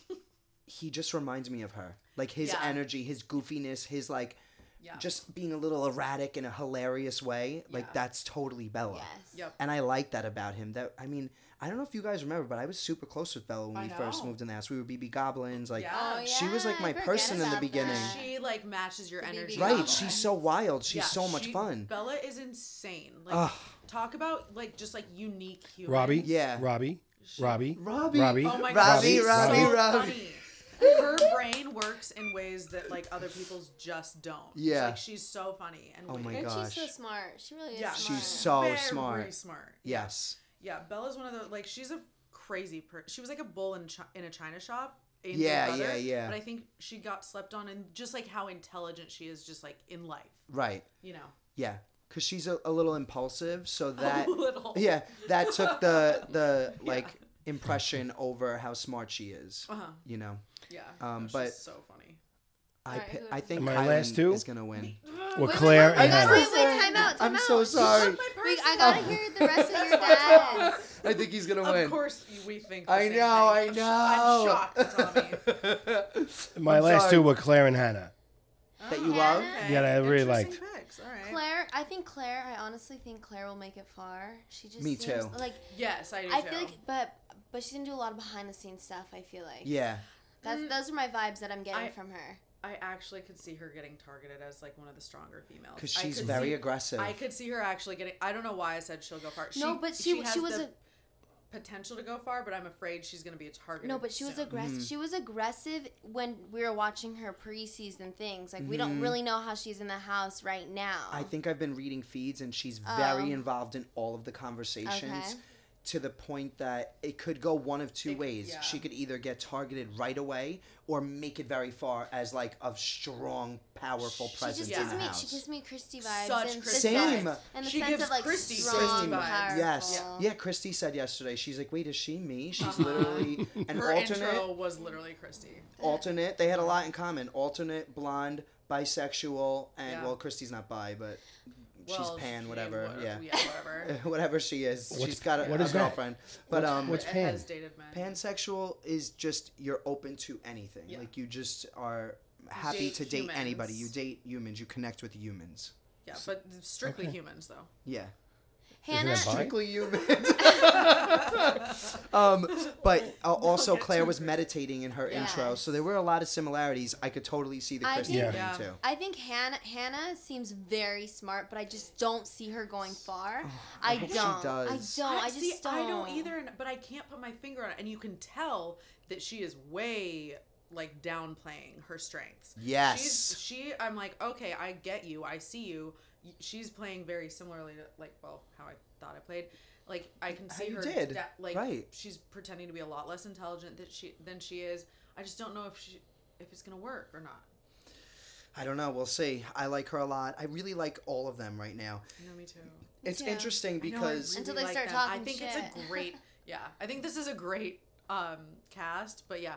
he just reminds me of her. Like his Yeah. energy, his goofiness, his like Yeah. just being a little erratic in a hilarious way, Yeah. like that's totally Bella. Yes. Yep. And I like that about him. That I mean, I don't know if you guys remember, but I was super close with Bella when I we first know. moved in the house. We were BB Goblins, like Yeah. Oh, She was, like, yeah, my I forget person in the about beginning. that. She like matches your The energy. BB right. level. She's so wild. She's Yeah, so much she- fun. Bella is insane. Like Ugh. talk about like just like unique human. Robbie. Yeah. Robbie. Robbie. Robbie. Robbie. Oh Robbie, my gosh, Robbie, she's so Robbie. funny. Her brain works in ways that like other people's just don't. It's Yeah. like she's so funny and Oh my witty. And gosh. she's so smart. She really is Yeah. smart. She's so Very smart. smart. Yes. Yeah, Bella's one of those like she's a crazy person. She was like a bull in chi- in a china shop. in Yeah, Big Brother, yeah, yeah. But I think she got slept on, and just like how intelligent she is, just like in life, Right. you know. Yeah. Cause she's a, a little impulsive, so that a little. yeah, that took the the like impression over how smart she is. Uh huh. You know, Yeah. Um, no, she's but- so funny. I Alright, pi- who- I think Am I Kylan last two? is gonna win. Well, Wait, wait, Claire wait, and wait, I'm Hannah. so Wait, wait, sorry. time out, time I'm so out. sorry. Oh. We, I gotta hear the rest of your dads. I think he's gonna Of win. course, you- we think. the I same know, thing. I I'm sh- I'm shocked, Tommy. My I'm last sorry. two were Claire and Hannah. That you love? Okay, Yeah, I really interesting liked. picks, all right. Claire, I think Claire. I honestly think Claire will make it far. She just Me seems, too. Like Yes, I do I too. feel like, but but she didn't do a lot of behind the scenes stuff. I feel like Yeah. That's those are my vibes that I'm getting Mm. I- from her. I actually could see her getting targeted as like one of the stronger females. Because I she's could very see- aggressive. I could see her actually getting. I don't know why I said she'll go far. no, but she she, has was the potential to go far, but I'm afraid she's going to be a a target. no, but she was aggressive. mm. She was aggressive when we were watching her preseason things. Like we don't really know how she's in the house right now. Mm-hmm. I think I've been reading feeds, and she's Um, very involved in all of the conversations. Okay. To the point that it could go one of two It- ways. yeah. She could either get targeted right away or make it very far as like a strong, powerful She presence She Yeah. in gives the me house. she gives me Christy vibes. Such and Christy Same. Sense, and the She sense gives of like Christy strong, Christy vibes. powerful. Yes. Yeah. Yeah, Christy said yesterday, she's like, wait, is she me? She's Uh-huh. literally an Her alternate. intro was literally Christy. Alternate. They had a lot in common. Alternate, blonde, bisexual, and Yeah. well, Christy's not bi, but Well, she's pan, she- whatever. Yeah. whatever. whatever she is. she's got a, what a is that? girlfriend. But um What's And pan? Has dated men. pansexual is just you're open to anything. Yeah. Like you just are happy date to date humans. anybody. You date humans, you connect with humans. Yeah, but strictly humans though. Yeah. Hannah, Isn't that bi? Strictly humans. um, but uh, also get Claire too was crazy. meditating in her intro, so there were a lot of similarities. I could totally see the I Christy think- thing Yeah. too. I think Hannah Hannah seems very smart, but I just don't see her going far. I, Oh, hope don't. she does. Oh, I don't. I, see, just don't. I don't either, and, but I can't put my finger on it. And you can tell that she is way like downplaying her strengths. Yes. She's, she, I'm like, okay, I get you. I see you. Y- She's playing very similarly to, like, well, how I thought I played. Like, I can see you her. did. da- like, Right. she's pretending to be a lot less intelligent that she than she is. I just don't know if she if it's gonna work or not. I don't know. We'll see. I like her a lot. I really like all of them right now. No, me too. It's too. interesting I know, I because really Until they like start them. talking I think it's shit. a great yeah. I think this is a great um cast, but yeah.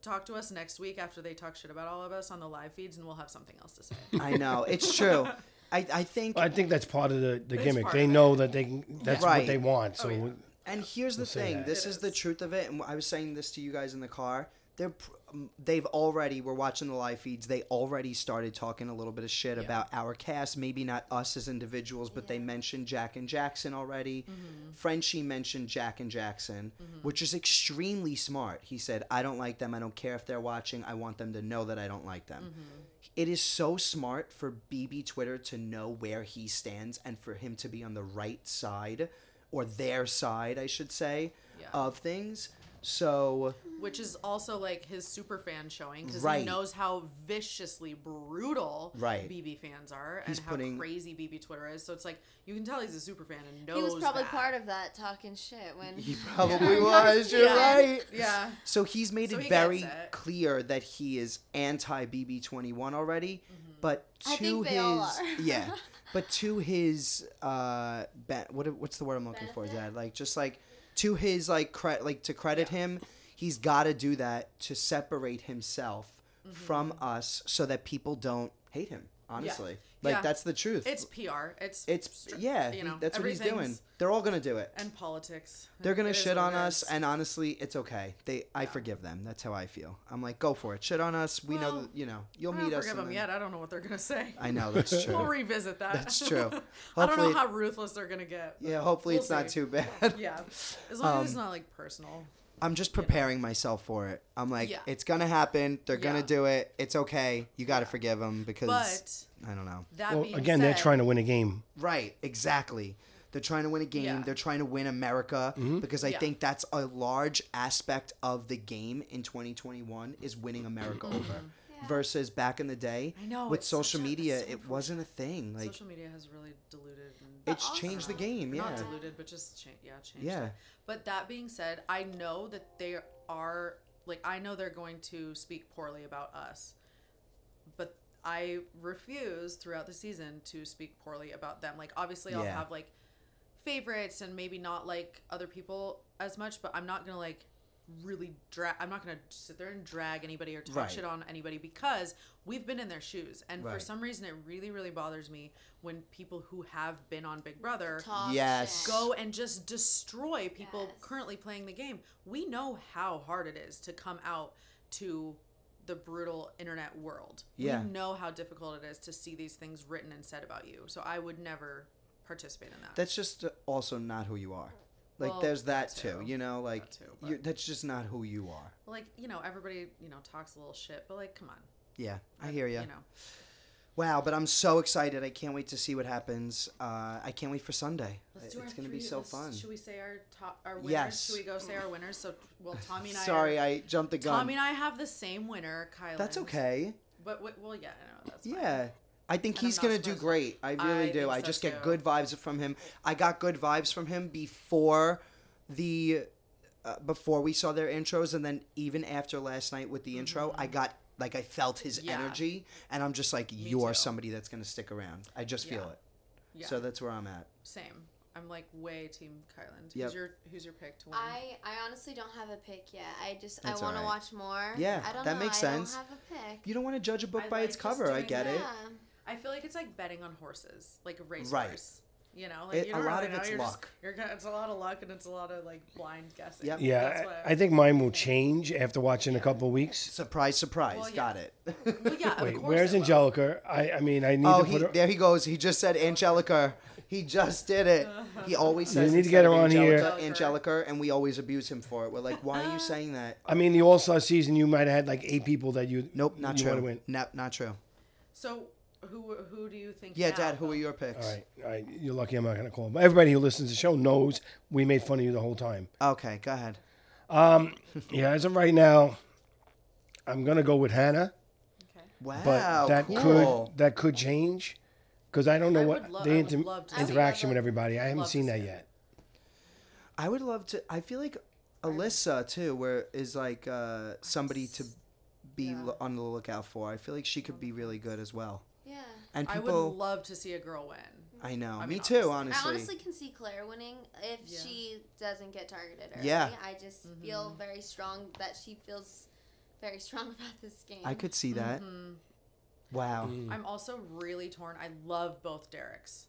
Talk to us next week after they talk shit about all of us on the live feeds, and we'll have something else to say. I know it's true. I, I think, I think that's part of the, the gimmick. part They of it. know that they can, that's Right. what they want. So yeah. and here's the say thing. that. This It is the is. truth of it. And I was saying this to you guys in the car. They're pr- um, they've already we're watching the live feeds. They already started talking a little bit of shit about our cast. Maybe not us as individuals, but they mentioned Jack and Jackson already. Mm-hmm. Frenchie mentioned Jack and Jackson, which is extremely smart. He said, "I don't like them. I don't care if they're watching. I want them to know that I don't like them." Mm-hmm. it is so smart for BB Twitter to know where he stands and for him to be on the right side or their side, I should say, Yeah. of things. So Which is also like his super fan showing because Right. he knows how viciously brutal Right. BB fans are He's and how putting- crazy BB Twitter is. So it's like you can tell he's a super fan and knows He was probably that. part of that talking shit when he probably was. You're Yeah. right. Yeah, So he's made So it he very gets it. clear that he is anti BB21 already, Mm-hmm. but to I think his they all are. yeah, but to his uh ben, what what's the word I'm looking for? Is that Benefit? like just like to his like cre- like to credit him, he's got to do that to separate himself from us so that people don't hate him. honestly. Like Mm-hmm. Yeah. that's the truth. It's PR. It's it's str- yeah, you know, that's what he's doing. everything's- They're all gonna do it. And politics. They're gonna It is shit what on it us, is. and honestly, it's okay. They, I forgive them. That's how I feel. I'm like, go for it. Shit on us. We know, Well, that- you know, you'll I meet don't us. forgive and them then- yet. I don't know what they're gonna say. I know that's We'll true. revisit that. That's true. I don't Hopefully- know how ruthless they're gonna get. but yeah, hopefully we'll it's not see. too bad. Yeah, as long as it's Um, not like personal. I'm just preparing myself for it. I'm like, Yeah. it's gonna happen. They're gonna Yeah. do it. It's okay. You gotta forgive them because But I don't know. that Well, being again, said, they're trying to win a game. Right, exactly. They're trying to win a game. Yeah. They're trying to win America because I Yeah. think that's a large aspect of the game in 2021 is winning America over. Mm-hmm. Yeah. Versus back in the day, I know, with Oh, it's such social a- media, it's so it wasn't a thing. Like social media has really diluted. And it's also- changed the game. Yeah, Not diluted, but just cha- yeah, changed. Yeah. it. But that being said, I know that they are like I know they're going to speak poorly about us, but I refuse throughout the season to speak poorly about them. Like obviously, I'll Yeah. have like favorites and maybe not like other people as much, but I'm not gonna like really drag. I'm not gonna sit there and drag anybody or talk Right. shit on anybody because we've been in their shoes, and for Right. some reason, it really, really bothers me when people who have been on Big Brother Talk Yes. shit. go and just destroy people Yes. currently playing the game. We know how hard it is to come out to the brutal internet world. Yeah. We know how difficult it is to see these things written and said about you. So I would never participate in that. that's just also not who you are. Like Well, there's that that too. too. You know, like too, you but- that's just not who you are. like, you know, everybody, you know, talks a little shit, but like, come on. Yeah, I hear ya. You know. Wow, but I'm so excited. I can't wait to see what happens. Uh, I can't wait for Sunday. Let's do It's our gonna be three- so let's- fun. Should we say our top our winners? Yes. Should we go say our winners? So well Tommy and I Sorry, are, I jumped the gun. Tommy and I have the same winner, Kylan. That's okay. But w- well yeah, I know that's fine. Yeah. I think And I'm he's not going to do supposed to. great. I really I do. think I so just get too. good vibes from him. I got good vibes from him before the uh, before we saw their intros and then even after last night with the intro, I got like I felt his Mm-hmm. Yeah. energy and I'm just like you are too. somebody that's going to stick around. I just feel Yeah. it. Yeah. So that's where I'm at. Same. I'm like way team Kylan. Who's Yep. your Who's your pick to win? I, I honestly don't have a pick yet. I just That's I want all to right. watch more. Yeah, I don't that know. makes I sense. don't have a pick. You don't want to judge a book I by like its just cover. I doing get it. yeah. I feel like it's like betting on horses, like a race Right. horse. You know, like It- you a don't lot really of know, it's you're just- luck. you're kind it's a lot of luck and it's a lot of like blind guessing. Yep. Yeah, That's what I, I think mine will change after watching a couple of weeks. Surprise surprise. Well, yeah. Got it. Well, yeah. of Wait, course where's it will. Angelica? I, I mean, I need Oh, to he, put her. there he goes. He just said Angelica. He just did it. He always says need to instead get her of on here. Angelica, Angelica, and we always abuse him for it. We're like, why are Uh-huh. you saying that? I mean, the All Star season, you might have had like eight people that you Nope, not you true. want to win. No, not true. So who who do you think? Yeah, now, Dad, who though? are your picks? All right, all right, you're lucky I'm not going to call. But everybody who listens to the show knows we made fun of you the whole time. Okay, go ahead. Um, yeah, as of right now, I'm going to go with Hannah, Okay. Wow, but that cool. could that could change because I don't know I what would lo- the I would inter- love to- interaction I would with everybody. I haven't love to seen see that it. yet. I would love to. I feel like Alyssa too, where is like uh, somebody to be Yeah. lo- on the lookout for. I feel like she could be really good as well. Yeah. And I would people, love to see a girl win. I, know, I me mean, too. I Honestly, honestly can see Claire winning if Yeah. she doesn't get targeted early. Yeah. I just feel very strong that she feels very strong about this game. I could Mm-hmm. see that. Wow. I'm also really torn. I love both Derek's.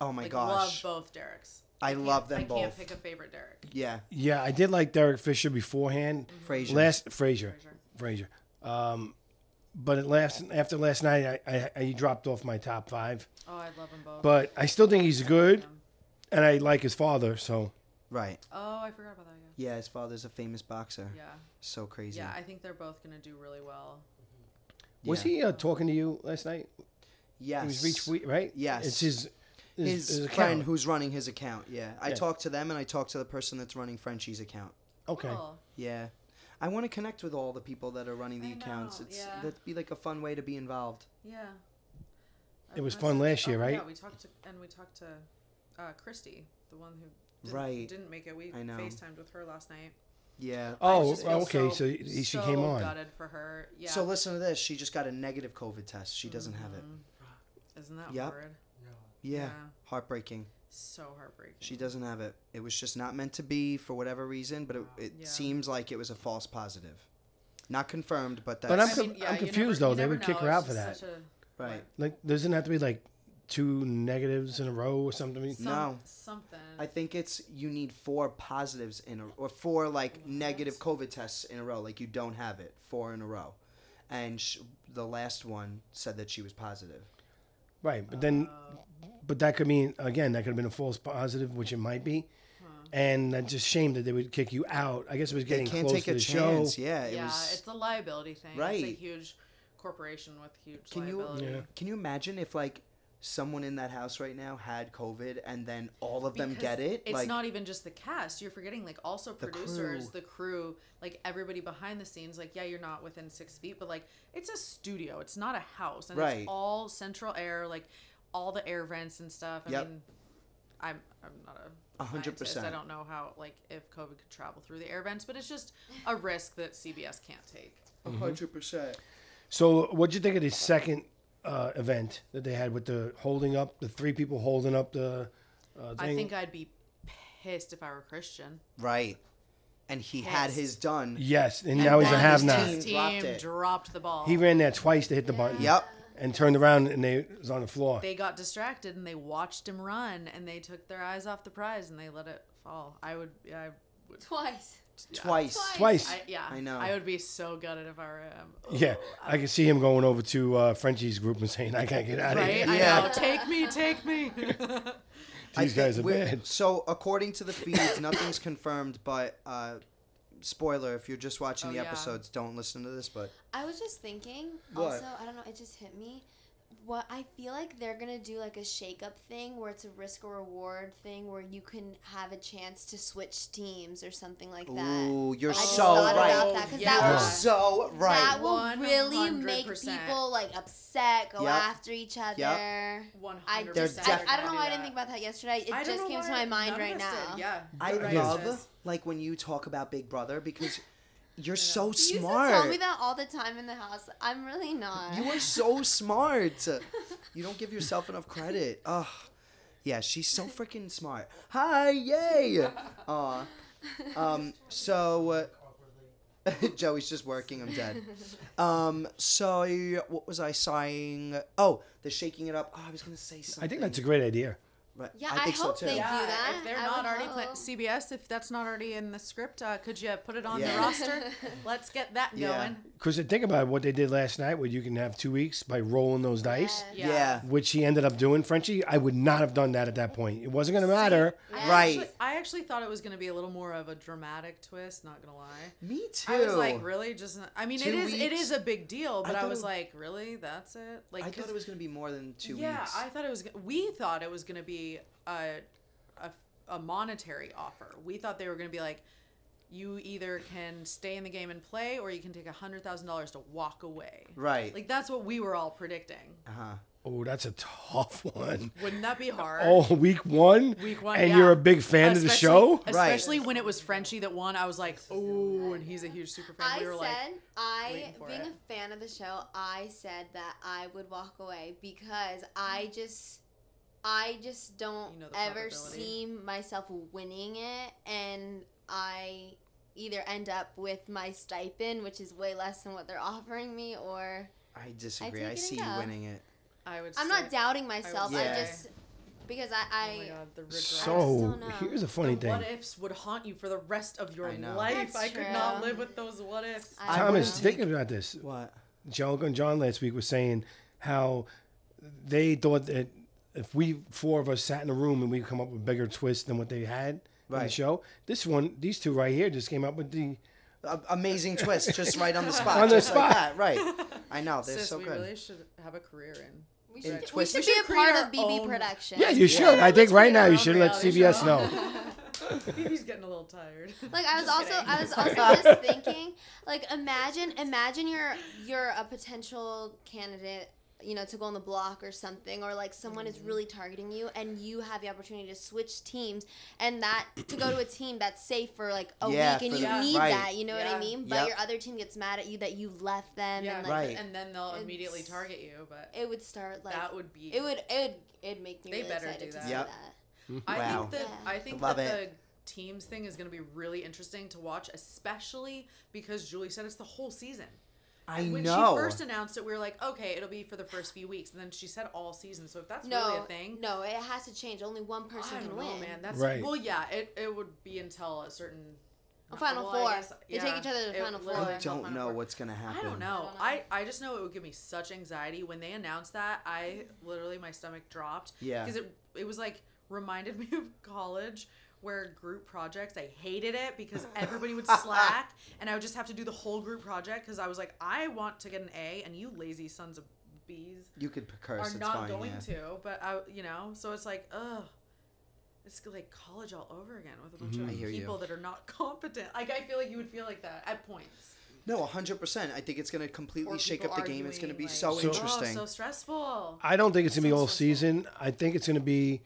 Oh my like, gosh. love both Derek's. I can't- love them I both. can't pick a favorite Derek. Yeah, Yeah, I did like Derek Fisher beforehand. Frasier. Last Frazier, Frasier. Frazier. Um, but at last after last night, I, I, I he dropped off my top five. Oh, I love them both. But I still think he's good, and I like his father. So right. oh, I forgot about that. Yeah. Yeah, his father's a famous boxer. Yeah. So crazy. Yeah, I think they're both gonna do really well. was Yeah. he uh, talking to you last night? Yes. It was Reach Wheat, right? Yes. it's his his, his, account. friend who's running his account. Yeah. I Yeah. talked to them and I talked to the person that's running Frenchie's account. Okay, Cool. Yeah. I want to connect with all the people that are running the I accounts. know, It's yeah. that'd be like a fun way to be involved. Yeah. It Uh, was I fun said- last year, oh, right? Yeah, we talked to and we talked to uh, Christy, the one who didn't, Right. didn't make it. We I know. FaceTimed with her last night. Yeah. I Oh, just feel okay, so he- she so came on. Gutted for her. Yeah. So listen to this. She just got a negative COVID test. She doesn't have it. Isn't that Yep. horrid? Yeah. Mm-hmm. Yeah. Heartbreaking. So heartbreaking. She doesn't have it. It was just not meant to be for whatever reason, but it, it Yeah. seems like it was a false positive. Not confirmed, but that's but I'm I com- mean, yeah, I'm you never- confused you though. They never would kick know, her it's out for just that. such a- Right. Like, doesn't have to be like two negatives in a row or something. I mean, Some, No. Something. I think it's you need four positives in a or four like negative COVID tests in a row. Like you don't have it four in a row, and sh- the last one said that she was positive. Right, but then, but that could mean again that could have been a false positive, which it might be, and that's just shame that they would kick you out. I guess it was They getting can't close take to a the chance. show. Yeah, it yeah, was. it's a liability thing. It's a Right. huge corporation with huge Can you liability. can you imagine if like someone in that house right now had COVID and then all of them Because get it? It's like not even just the cast. You're forgetting like also producers, the crew. like everybody behind the scenes. Like yeah, you're not within six feet, but like it's a studio. It's not a house, and Right. it's all central air, like all the air vents and stuff. I Yep. mean, I'm I'm not a A hundred scientist. I percent. don't know how like if COVID could travel through the air vents, but it's just a risk that CBS can't take. Mm-hmm. hundred percent. So, what'd you think of the second uh, event that they had with the holding up the three people holding up the uh, thing? I think I'd be pissed if I were Christian. Right, and he had his done. yes, and, now he's a then have his not. team- His team dropped dropped, it. the ball. He ran there twice to hit the button. Yep. And turned around and they it was on the floor. they got distracted and they watched him run and they took their eyes off the prize and they let it fall. I would, I would, Twice. Twice. twice. I, yeah, I know. I would be so gutted if I were him. yeah, I could see him going over to uh, Frenchie's group and saying, "I gotta get out of Right? here. Yeah. I know. Take me, take me. I think These guys are we're- bad." So according to the feeds, nothing's confirmed, but uh, spoiler: if you're just watching Oh, the yeah. episodes, don't listen to this. But I was just thinking. What? Also, I don't know. It just hit me. What I feel like they're gonna do like a shake-up thing where it's a risk or reward thing where you can have a chance to switch teams or something like that. ooh, you're I just so thought about right. that 'cause Yeah. You're that will so right. that will really make 100%. people like upset, go Yep. after each other. One I, hundred They're just, percent. I, def- I don't know why I didn't think about that yesterday. It just came to my mind right now. Yeah, I you're right, love sis. like when you talk about Big Brother because you're so You used to smart. tell me that all the time in the house. I'm really not. You are so smart. You don't give yourself enough credit. Ugh. Yeah, she's so freaking smart. Hi, yay. Aw. Um, so, uh, Joey's just working. I'm dead. Um, so, what was I saying? Oh, the shaking it up. Oh, I was going to say something. I think that's a great idea. Right. Yeah, I hope they yeah, do that. if they're I not would already hope. pla- CBS, if that's not already in the script, uh, could you put it on Yeah. the roster? Let's get that Yeah. going. Because think about what they did last night, where you can have two weeks by rolling those dice, Yeah. Yeah. which he ended up doing. Frenchie, I would not have done that at that point. It wasn't going to matter. I Right. Actually- I actually thought it was going to be a little more of a dramatic twist. Not going to lie. Me too. I was like, really? Just not- I mean, it Two is it weeks? is a big deal, but I I, thought was it- like, really? That's it? Like, I thought 'cause- it was going to be more than two yeah, weeks. I thought it was. g- We thought it was going to be a, a a monetary offer. We thought they were going to be like, you either can stay in the game and play, or you can take a hundred thousand dollars to walk away. Right. Like that's what we were all predicting. uh-huh. Oh, that's a tough one. Wouldn't that be hard? Oh, week one. Week one, and yeah. you're a big fan of the Especially- show. Right. especially when it was Frenchie that won. I was like, oh, and he's a huge super fan. I we were said like, I waiting for being it. a fan of the show, I said that I would walk away because I just I just don't Mm-hmm. You know the ever probability. see myself winning it and I either end up with my stipend, which is way less than what they're offering me, or I disagree. take I, it see you enough. winning it. I would. I'm say- not doubting myself. I, Yeah. just because Oh my I, God, the regret. So don't know. here's a funny the thing. what ifs would haunt you for the rest of your I know. life. That's I could not true. live with those what ifs. I, I Thomas, would- think about this. What? Joe and John last week was saying how they thought that if we four of us sat in a room and we come up with bigger twists than what they had in the Right. show, this one, these two right here, just came up with the A- amazing twist, just right on the spot. On the just spot. Like that, right. I know, Oh, they're Sis, so we good. really should have a career in. we In should, we Twist- should We be should a create part our of BB own- Production. Yeah, you should. I think right now you Let's should create let our own CBS know. reality Phoebe's getting a little tired. Like I was Just also kidding. I was also just thinking, like imagine imagine you're you're a potential candidate, you know, to go on the block or something, or like someone Mm-hmm. is really targeting you and you have the opportunity to switch teams and that to go to a team that's safe for like a Yeah, week and for you the- need right. that, you know what Yeah. I mean? But Yep. your other team gets mad at you that you left them Yeah, and like Right. and then they'll It's- immediately target you. But it would start like that would be. it would it would it'd make me They really better excited do to that. see Yep. that. I Wow. think that Yeah. I think Love that it. the teams thing is going to be really interesting to watch, especially because Julie said it's the whole season. I when know. she first announced it, we were like, okay, it'll be for the first few weeks, and then she said all season. So if that's No, really a thing, no, it has to change. Only one person I can don't know, win. man. That's Right. well, yeah. It, it would be until a certain A final Well, four. I guess- They take each other to the final four. literally I Or- until don't final know four. what's gonna happen. I don't know. don't know. I, I just know it would give me such anxiety when they announced that. I literally my stomach dropped. Yeah. Because it it was like reminded me of college where group projects I hated it because everybody would slack and I would just have to do the whole group project because I was like I want to get an A and you lazy sons of bees You could p- curse. are it's not fine, going yeah. to. But I you know so it's like ugh. It's like college all over again with a bunch Mm-hmm. I of hear you. people that are not competent. Like I feel like you would feel like that at points. No, hundred percent. I think it's gonna completely Or shake people up the game. It's gonna arguing, be like, so, So- interesting. Oh, so stressful. I don't think it's gonna be So all stressful. season. I think it's gonna be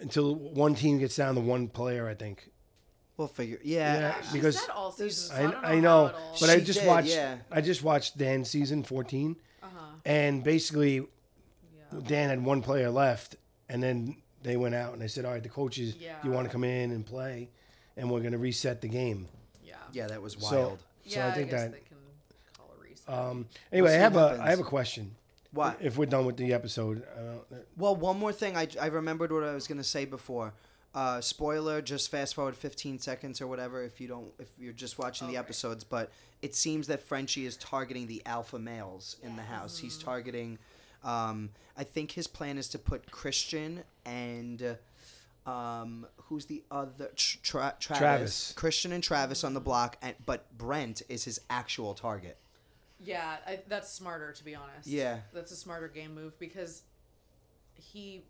until one team gets down to one player. I think. we'll figure. Yeah. Yeah. She because said all there's- season, I, so I, don't know I know, how it'll- but I She just did, watched. yeah. I just watched Dan's season 14 Uh-huh. and basically Yeah. Dan had one player left, and then they went out and they said, "All right, the coaches, Yeah. you want to come in and play, and we're going to reset the game." Yeah. Yeah, that was So, wild. so I think guess that. they can call a reset. Um, anyway, I see have a what I happens. have a question. what? If we're done with the episode, uh, I don't- Well, one more thing. I, I remembered what I was gonna say before. Uh, spoiler. Just fast forward fifteen seconds or whatever if you don't if you're just watching the Okay. episodes. But it seems that Frenchie is targeting the alpha males in the house. He's targeting. Um, I think his plan is to put Christian and. Um, who's the other Tr- Tra- Travis. Travis. Christian and Travis on the block, and, but Brent is his actual target. yeah, I, that's smarter to be honest. Yeah. That's a smarter game move because he,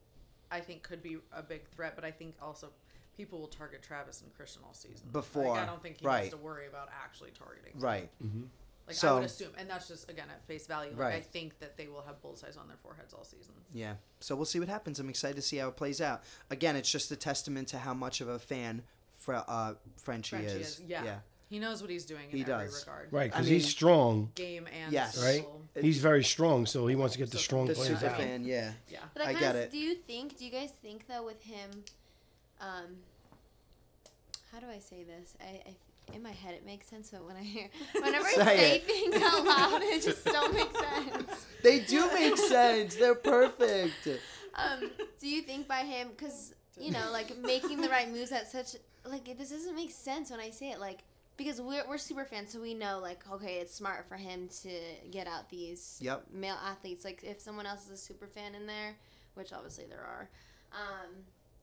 I think, could be a big threat, but I think also people will target Travis and Christian all season. Before, like, I don't think he right. has to worry about actually targeting. Right. Like I So- would assume, and that's just again at face value. Like, I Right. think that they will have bullseyes on their foreheads all season. Yeah. So we'll see what happens. I'm excited to see how it plays out. Again, it's just a testament to how much of a fan Fre- uh, Frenchie, Frenchie is. is, yeah. He knows what he's doing in He every does. regard. right? I Because mean- he's strong, Game and Yes. right? social. He's very strong, so he wants to get the So- strong The players super out. fan, yeah. Yeah. But I, I kind get of, it. Do you think? Do you guys think though with him? Um, how do I say this? I, I in my head it makes sense, but when I hear whenever I Say say it. things out loud, it just don't make sense. They do make sense. They're perfect. Um, do you think by him? Because you know, like making the right moves at such like it, this doesn't make sense when I say it. Like because we're we're super fans, so we know like okay, it's smart for him to get out these Yep. male athletes. Like if someone else is a super fan in there, which obviously there are. Um,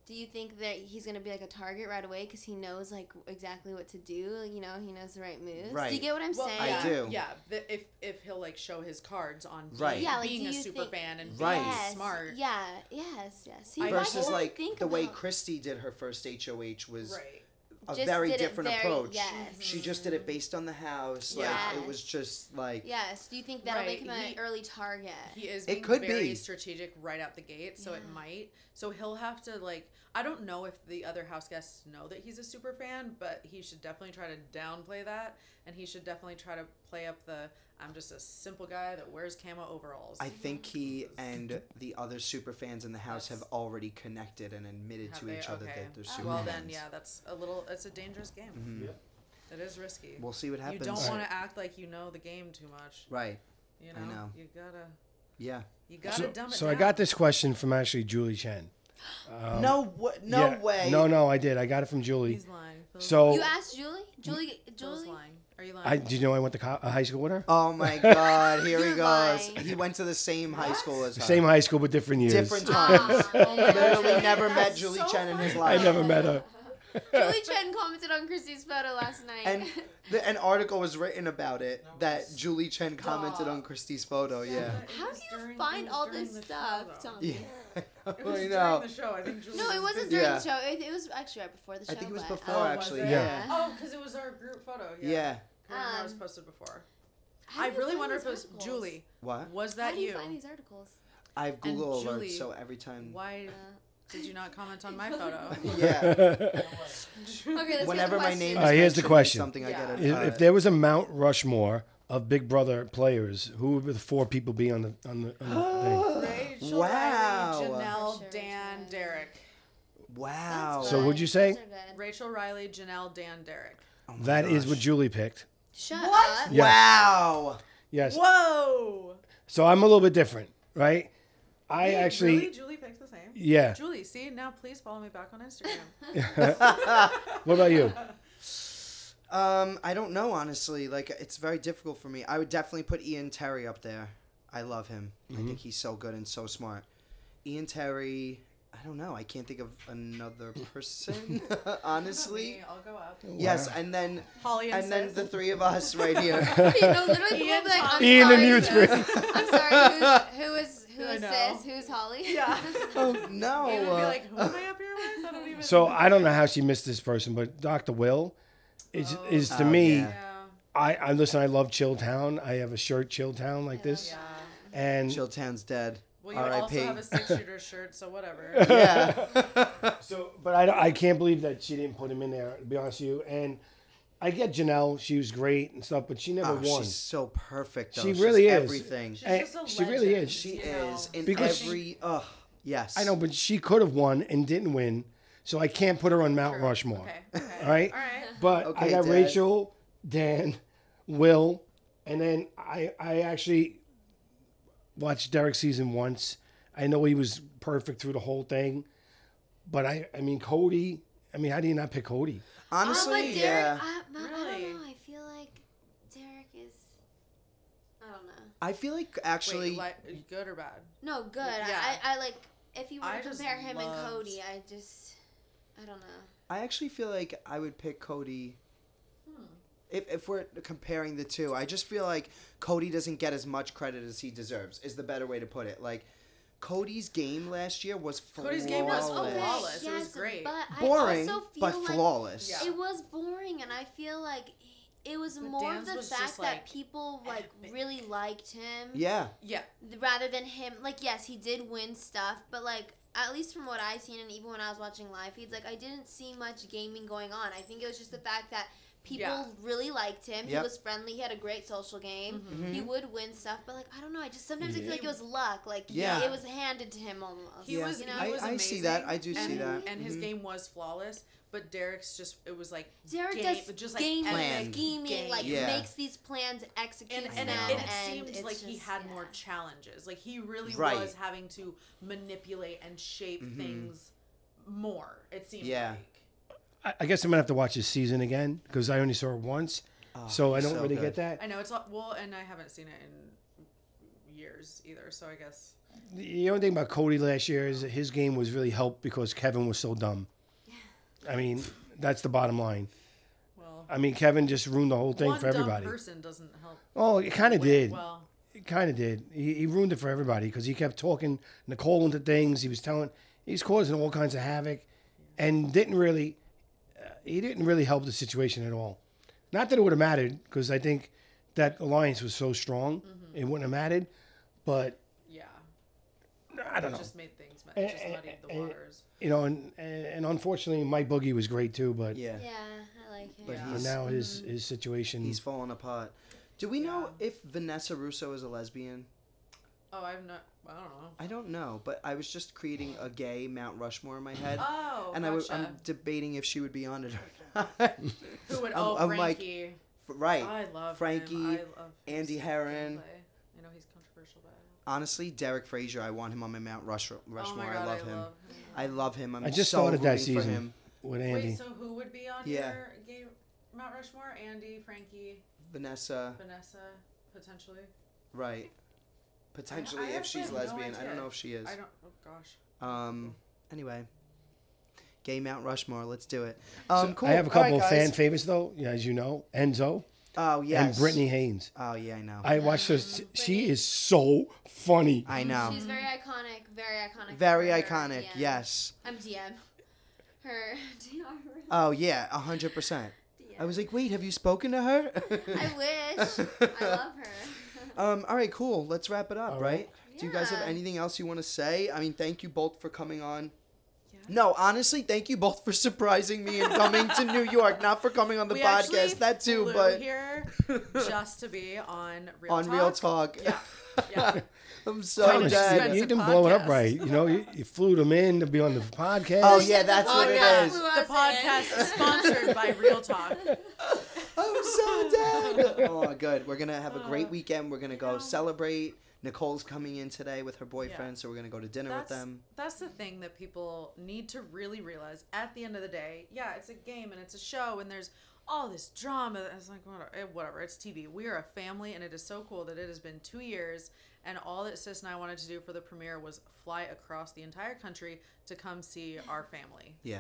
do you think that he's gonna be like a target right away because he knows like exactly what to do? You know, he knows the right moves. Do Right. you get what I'm saying? I yeah, do. Yeah, the, if if he'll like show his cards on Right. being, Yeah, like, being do a you super think- fan and Right. being Yes. smart. Yeah. Yes. Yes. See, I- why Versus can't I like think the way about- Christy did her first HOH was Right. a Just very did it different very- approach. Mm-hmm. yes. She just did it based on the house. Like Yes. it was just like Yes. Do you think that'll Right, make him an he- early target? He is It being could very be. strategic right out the gate, so it Yeah. might. So he'll have to like I don't know if the other house guests know that he's a super fan, but he should definitely try to downplay that and he should definitely try to play up the I'm just a simple guy that wears camo overalls. I think he and the other super fans in the house have That's- already connected and admitted Have to they- each other okay. Ah, that they're Oh, super well fans. then yeah, that's a little it's a dangerous game. Mhm. Yeah. It is risky. We'll see what you happens. don't Right. want to act like you know the game too much. Right. You know, I know. you gotta Yeah. you gotta So, dumb it so down. I got this question from actually Julie Chen. Um, no wa- no yeah. way. No, no, I did. I got it from Julie. He's lying. Phil's- So You asked Julie. Julie. Phil's Julie. lying. Are you lying? I did you know I went to co- uh, high school with her? Oh my God! Here he You're goes. lying. He went to the same high What? school as her. Same high school, but different years. Different times. Ah, oh my Literally gosh. never met That's Julie so Chen in his funny. life. I never met her. Julie Chen commented on Christy's photo last night. And the, an article was written about it that Julie Chen commented Stop. on Christie's photo. Yeah. It How was do you during- find it was all during this the stuff, show, though. Tommy? Yeah. It was I during know. the show. I think Julie No, it was wasn't busy. during Yeah. the show. It, it was actually right before the show. I think it was but, before um, was actually. it? Yeah. Oh, because it was our group photo. yeah. Remember how it was Um, posted before. how I do you really find wonder if these it was articles? Julie. What? Was How that do you? you find these articles? I have Google And alerts, Julie- so every time. Why did you not comment on my photo? Yeah. Okay, let's Whenever get the my name is question. Uh, here's the mentioned in question. something I if, get a, uh, if there was a Mount Rushmore of Big Brother players, who would the four people be on the on the, on the Rachel, Wow. Riley, Janelle, Sure, Dan, Jan. Derek. wow. That's So good. would you say- Those are good. Rachel, Riley, Janelle, Dan, Derek. Oh my thing? That is gosh. what Julie picked. Shut What? up. Yeah. Wow. Yes. Whoa. So I'm a little bit different, right? I Wait, actually, really? Julie picks the same. yeah. Julie, see now, please follow me back on Instagram. What about you? Um, I don't know honestly. Like it's very difficult for me. I would definitely put Ian Terry up there. I love him. I Mm-hmm. think he's so good and so smart. Ian Terry. I don't know. I can't think of another person honestly. Me, I'll go up. Yes, and then Holly and, and then sis. the three of us right here. you know, literally people Ian be like, I'm Ian sorry, and you sis. three. I'm sorry, who's, who is who I is know. sis? Who's Holly? Yeah. oh no. It would be uh, like, who am I up here with? I don't even. So I don't know how she missed this person, but Dr. Will is Oh. is to Oh, me. yeah. Yeah. I, I listen. I love Chilltown. I have a shirt Chilltown like this, Oh, Yeah. and Chilltown's dead. Well, you R.I.P. also have a six shooter shirt, so whatever. yeah. so. But I, don't- I can't believe that she didn't put him in there. To be honest with you, and I get Janelle. She was great and stuff, but she never Oh, won. she's so perfect. Though. She She's really is. everything. She's Eh, just a she really legend, is. She you know. is in Because she- every. Ugh. Yes. I know, but she could have won and didn't win, so I can't put her on Mount Rushmore. Okay. okay. All right. All right. But I Okay, got Dad. Rachel, Dan, Will, and then I I actually watched Derek season once. I know he was perfect through the whole thing, but I I mean Cody. I mean, how do you not pick Cody? Honestly, Oh, but Derek, yeah. I, I- I Really? don't know. I feel like Derek is. I don't know. I feel like actually. Wait, like, good or bad? No, good. Yeah. I, I, I like if you I want to just compare him loved- and Cody, I just I don't know. I actually feel like I would pick Cody. Hmm. If, if we're comparing the two, I just feel like Cody doesn't get as much credit as he deserves. Is the better way to put it. Like Cody's game last year was flawless. Cody's game was Okay, flawless. It was great. But Boring, I also feel but like flawless. Yeah. It was boring, and I feel like it was But more Dan's of the was fact just, that like, people like epic. really liked him. Yeah. Yeah. th- rather than him like yes he did win stuff but like at least from what i seen and even when i was watching live feeds like i didn't see much gaming going on i think it was just the fact that people Yeah. really liked him he Yep. was friendly he had a great social game Mm-hmm. Mm-hmm. he would win stuff but like i don't know i just sometimes i Yeah. feel like it was luck like yeah Yeah. it was handed to him almost He Yeah. was. you know He was I- I see amazing, that. I do and, see that. And his Mhm. game was flawless, but Derek's just it was like Derek game- does just, just like, game Plan. scheming, game. like Yeah. makes these plans, and executes and, them, Yeah. and it and seemed it's like he just- had yeah. more challenges. Like he really Right. Mm-hmm. was having to manipulate and shape things more. It seemed Yeah. like. I, I guess I'm gonna have to watch this season again because I only saw it once, so I don't Ah, so really good. get that. I know it's a lot, well, and I haven't seen it in years either. So I guess The only thing about Cody last year is that his game was really helped because Kevin was so dumb. I mean, that's the bottom line. well, I mean, Kevin just ruined the whole thing one Uh, for dumb everybody. person doesn't help. Oh, it kind of Wait, did. Well, It kind of did. He, he ruined it for everybody because he kept talking Nicole into things. He was telling, he's causing all kinds of havoc, and didn't really, uh, he didn't really help the situation at all. Not that it would have mattered because I think that alliance was so strong, Mm-hmm. it wouldn't have mattered. But yeah, I don't know, just made things mud- Eh, just eh, muddied the eh, waters. you know, and and and unfortunately, Mike Boogie was great too, but Yeah. Yeah, I like him. But Yeah. but he's Mm-hmm. now his his situation. he's falling apart. Do we know if Vanessa Russo is a lesbian? Oh, I've not. I don't know. I don't know, but I was just creating a gay Mount Rushmore in my head. Oh, and I gotcha. was, I'm debating if she would be on it or not. Who would? I'm- oh, I'm like, Frankie. right. I love Frankie, Him. I love his Andy stuff Herron. and play. I know he's controversial, but I Honestly, Derek Frazier, I want him on my Mount Rush- love Rushmore. him. Oh I love him. I love him. I'm I just so thought of that rooting for season. him. with Wait, Andy. so who would be on Yeah. your gay Mount Rushmore? Andy, Frankie, Vanessa, Vanessa, potentially. right? Potentially, I if actually she's have no lesbian, I idea. don't know if she is. I don't. Oh gosh. Um. Anyway, gay Mount Rushmore. Let's do it. Um. cool. I have a All right, couple of guys. fan favorites though, yeah, as you know, Enzo Oh yes. and Brittany Haynes. Oh yeah, I know. I, I watched her. She is so funny. know. She's very iconic, very iconic. um, Very for her iconic. DM. Yes. I'm DM. Her DR. Oh yeah, a hundred percent. I was like, wait, have you spoken to her? I wish. I love her. Um, all right, cool. Let's wrap it up, All right? right. Do you guys have Yeah. anything else you want to say? I mean, thank you both for coming on. Yeah. No, honestly, thank you both for surprising me and coming to New York. Not for coming on the we actually podcast, that too, flew but here just to be on real on talk. Real Talk. Yeah. Yeah. I'm Kind so of dead. you, you expensive didn't blow it up podcast. right. You know, you, you flew them in to be on the podcast. Oh yeah, that's what it podcast is. flew The us in. podcast is sponsored by Real Talk. I'm I'm so dead. oh, good. We're gonna have a Uh, great weekend. We're gonna go know. celebrate. Nicole's coming in today with her boyfriend, so we're gonna go to dinner That's, with them. that's the thing that people need to really realize. At the end of the day, yeah, it's a game and it's a show, and there's all this drama. and It's like whatever, eh, whatever. It's TV. We are a family, and it is so cool that it has been two years, and all that Sis and I wanted to do for the premiere was fly across the entire country to come see our family. Yeah.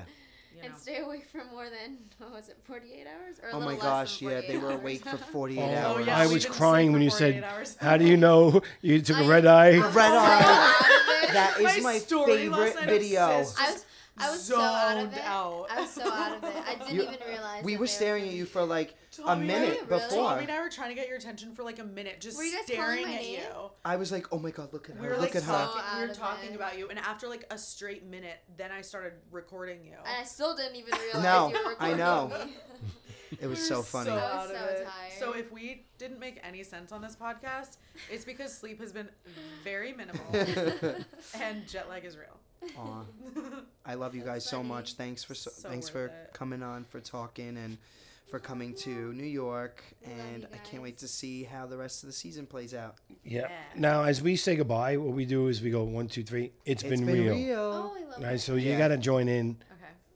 You know? and stay awake for more than what was it, 48 hours? Or a Oh my little less gosh, than yeah, they 48 were hours. awake for 48 Oh, Oh, hours. yeah, I was we didn't sleep crying when for you said, 48 hours. "How do you know you took a red eye?" Red eye. Out of it. That is Oh My my, story last favorite night of video. Sis I was, I was so out of zoned it. out. I was so out of it. I didn't You- even realize. We that were they staring at you for like a Tommy, minute really? before. Tommy and I were trying to get your attention for like a minute, just Were you guys calling staring my at name? you. I was like, oh my god, look at her. We were look like at her. talking, So we out were of talking it. about you, and after like a straight minute, then I started recording you. And I still didn't even realize. No, you were I recording know. me. It was We were so funny. So I out was of so it. tired. So if we didn't make any sense on this podcast, it's because sleep has been very minimal and jet lag is real. Aw. I love you guys so funny. much. Thanks for so, So thanks for worth it. coming on for talking and for coming to New York. love And you I guys. can't wait to see how the rest of the season plays out. Yeah. Yeah. Now, as we say goodbye, what we do is we go one, two, three. it's been, real. oh, I love Right. it. So you Yeah. got to join in.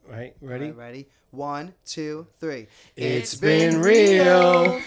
Okay. Right. Ready? All right, ready? One, two, three. It's been real.